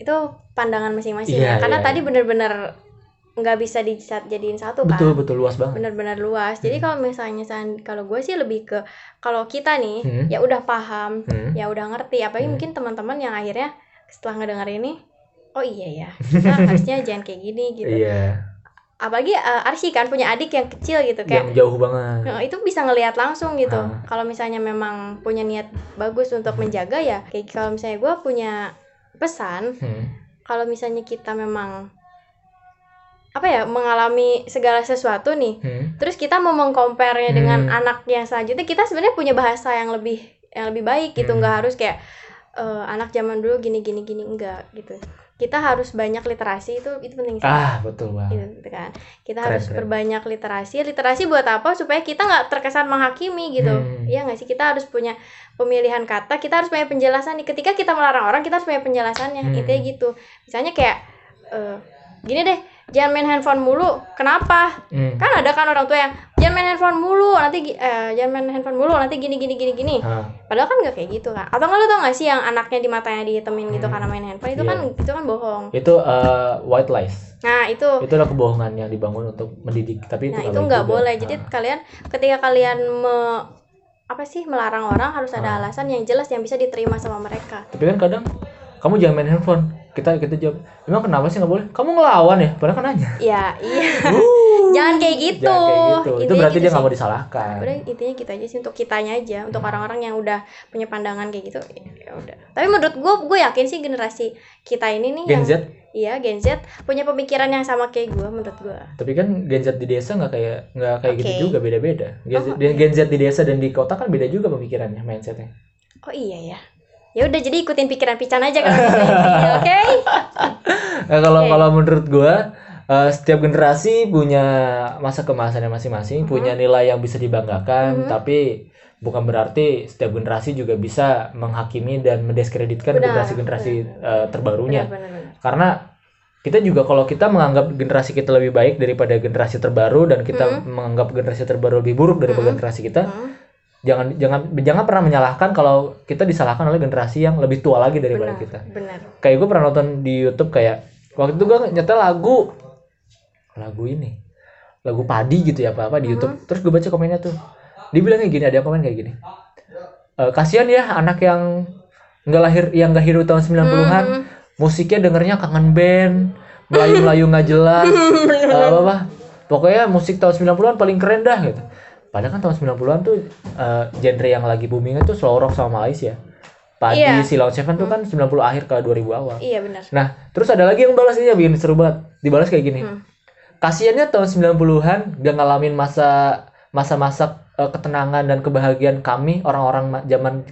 Speaker 2: itu pandangan masing-masing ya.
Speaker 1: Iya,
Speaker 2: karena
Speaker 1: iya,
Speaker 2: tadi benar-benar nggak bisa di jadiin satu kan
Speaker 1: Betul Hmm. betul luas banget.
Speaker 2: benar-benar luas. Jadi kalau misalnya san- kalau gue sih lebih ke kalau kita nih
Speaker 1: Hmm.
Speaker 2: ya udah paham,
Speaker 1: Hmm.
Speaker 2: ya udah ngerti. Apalagi
Speaker 1: Hmm.
Speaker 2: mungkin teman-teman yang akhirnya setelah ngedenger ini, oh iya ya, kita harusnya jangan kayak gini gitu.
Speaker 1: Iya,
Speaker 2: Apalagi eh, Arsy kan punya adik yang kecil gitu kayak
Speaker 1: yang jauh banget.
Speaker 2: eh, itu bisa ngelihat langsung gitu.
Speaker 1: Iya. Ah.
Speaker 2: Kalau misalnya memang punya niat bagus untuk menjaga ya, kayak kalau misalnya gue punya pesan,
Speaker 1: Hmm.
Speaker 2: kalau misalnya kita memang apa ya mengalami segala sesuatu nih
Speaker 1: Hmm.
Speaker 2: terus kita mau mengkomparnya
Speaker 1: Hmm.
Speaker 2: dengan anak yang selanjutnya kita sebenarnya punya bahasa yang lebih yang lebih baik gitu
Speaker 1: Hmm.
Speaker 2: nggak harus kayak eh, anak zaman dulu gini gini gini enggak gitu kita harus banyak literasi itu itu penting sih.
Speaker 1: ah betul banget
Speaker 2: Gitu, gitu kan. Kita
Speaker 1: Keren,
Speaker 2: harus
Speaker 1: keren.
Speaker 2: perbanyak literasi. Literasi buat apa? Supaya kita nggak terkesan menghakimi gitu.
Speaker 1: Hmm.
Speaker 2: Iya nggak sih? Kita harus punya pemilihan kata. Kita harus punya penjelasan. nih. Ketika kita melarang orang, kita harus punya penjelasannya.
Speaker 1: Hmm.
Speaker 2: Intinya gitu. Misalnya kayak eh, gini deh, jangan main handphone mulu. Kenapa?
Speaker 1: Hmm.
Speaker 2: kan ada kan orang tua yang jangan main handphone mulu nanti gi- eh, jangan main handphone mulu nanti gini gini gini gini
Speaker 1: Ah,
Speaker 2: padahal kan nggak kayak gitu kan atau nggak lu tau nggak sih yang anaknya di matanya diitemin gitu
Speaker 1: Hmm.
Speaker 2: karena main handphone itu
Speaker 1: Iya.
Speaker 2: kan itu kan bohong
Speaker 1: itu eh, white lies
Speaker 2: nah itu
Speaker 1: itu adalah kebohongan yang dibangun untuk mendidik tapi Iya,
Speaker 2: nah itu
Speaker 1: itu nggak baik
Speaker 2: nggak
Speaker 1: juga.
Speaker 2: boleh jadi
Speaker 1: Ah.
Speaker 2: kalian ketika kalian me- apa sih melarang orang harus ada
Speaker 1: Ah.
Speaker 2: alasan yang jelas yang bisa diterima sama mereka
Speaker 1: tapi kan kadang kamu jangan main handphone kita kita jawab emang kenapa sih nggak boleh kamu ngelawan ya padahal kan nanya
Speaker 2: ya iya
Speaker 1: Wuh,
Speaker 2: jangan kayak gitu,
Speaker 1: jangan kayak gitu itu
Speaker 2: Intinya
Speaker 1: berarti
Speaker 2: gitu
Speaker 1: dia nggak
Speaker 2: sih.
Speaker 1: mau disalahkan
Speaker 2: udah intinya gitu aja sih untuk kitanya aja untuk
Speaker 1: Hmm.
Speaker 2: orang-orang yang udah punya pandangan kayak gitu ya udah tapi menurut gue gue yakin sih generasi kita ini nih
Speaker 1: Gen
Speaker 2: yang
Speaker 1: Z
Speaker 2: iya Gen Z punya pemikiran yang sama kayak gue menurut gue
Speaker 1: tapi kan Gen Z di desa nggak kayak nggak kayak gitu
Speaker 2: Oke.
Speaker 1: juga beda-beda Gen, Z
Speaker 2: Oh, oke.
Speaker 1: dan Gen Z di desa dan di kota kan beda juga pemikirannya mindsetnya
Speaker 2: oh iya ya ya udah jadi ikutin pikiran pican aja kalau gitu. Iya, oke
Speaker 1: Nah, kalau
Speaker 2: Oke.
Speaker 1: kalau menurut gua eh, setiap generasi punya masa kemasannya masing-masing,
Speaker 2: Mm-hmm.
Speaker 1: punya nilai yang bisa dibanggakan,
Speaker 2: Mhm.
Speaker 1: tapi bukan berarti setiap generasi juga bisa menghakimi dan mendiskreditkan
Speaker 2: Benar,
Speaker 1: generasi-generasi eh, terbarunya.
Speaker 2: benar-benar
Speaker 1: Karena kita juga kalau kita menganggap generasi kita lebih baik daripada generasi terbaru dan
Speaker 2: Mm-hmm.
Speaker 1: kita menganggap generasi terbaru lebih buruk daripada
Speaker 2: Mhm.
Speaker 1: generasi kita, jangan jangan jangan pernah menyalahkan kalau kita disalahkan oleh generasi yang lebih tua lagi daripada
Speaker 2: benar
Speaker 1: kita
Speaker 2: benar
Speaker 1: kayak gue pernah nonton di YouTube kayak waktu itu gue nyetel lagu lagu ini lagu padi gitu ya apa apa di YouTube terus gue baca komennya tuh dibilangnya gini ada yang komen kayak gini "Eh, kasihan ya anak yang nggak lahir yang nggak hidup tahun 90-an
Speaker 2: Hmm.
Speaker 1: musiknya dengernya kangen band melayu-melayu nggak jelas eh, apa apa pokoknya musik tahun 90-an paling keren dah gitu padahal kan tahun 90-an tuh eh, genre yang lagi booming itu slow rock sama Malaysia padi
Speaker 2: Iya.
Speaker 1: Silon Seven tuh kan 90 akhir ke 2000 awal
Speaker 2: iya benar
Speaker 1: Nah, terus ada lagi yang balas ini yang bikin seru banget. Dibalas kayak gini.
Speaker 2: Hmm.
Speaker 1: Kasiannya tahun 90-an gak ngalamin masa masa-masa eh, ketenangan dan kebahagiaan kami orang-orang ma- zaman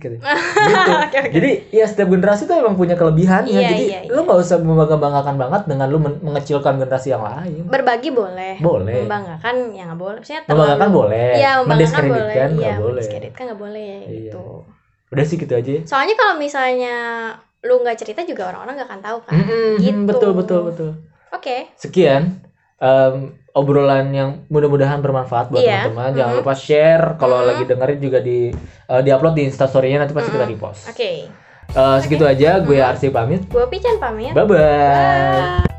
Speaker 1: gitu. gitu.
Speaker 2: oke oke
Speaker 1: Jadi ya setiap generasi tuh emang punya kelebihannya.
Speaker 2: Iya,
Speaker 1: Jadi
Speaker 2: iya, iya.
Speaker 1: lu gak usah membangga-banggakan banget dengan lu men- mengecilkan generasi yang lain.
Speaker 2: berbagi boleh
Speaker 1: Boleh.
Speaker 2: membanggakan ya nggak boleh maksudnya
Speaker 1: Membanggakan
Speaker 2: terlalu-
Speaker 1: boleh.
Speaker 2: Iya, membanggakan boleh.
Speaker 1: Mendiskreditkan
Speaker 2: Iya,
Speaker 1: nggak boleh.
Speaker 2: mendiskreditkan nggak boleh ya,
Speaker 1: Iya.
Speaker 2: gitu.
Speaker 1: Udah sih gitu aja. ya.
Speaker 2: Soalnya kalau misalnya lu nggak cerita juga orang-orang nggak akan tahu kan.
Speaker 1: Mm-mm,
Speaker 2: gitu.
Speaker 1: Betul betul betul.
Speaker 2: Oke.
Speaker 1: sekian em, obrolan yang mudah-mudahan bermanfaat buat
Speaker 2: Iya.
Speaker 1: teman-teman. Jangan
Speaker 2: Mhm.
Speaker 1: lupa share kalau
Speaker 2: Mhm.
Speaker 1: lagi dengerin juga di eh, diupload di instastorynya nanti pasti kita repost.
Speaker 2: Oke.
Speaker 1: Eh, Segitu aja, gue Arsi pamit.
Speaker 2: Gua Pican pamit.
Speaker 1: Bye-bye.
Speaker 2: Iya. Bye.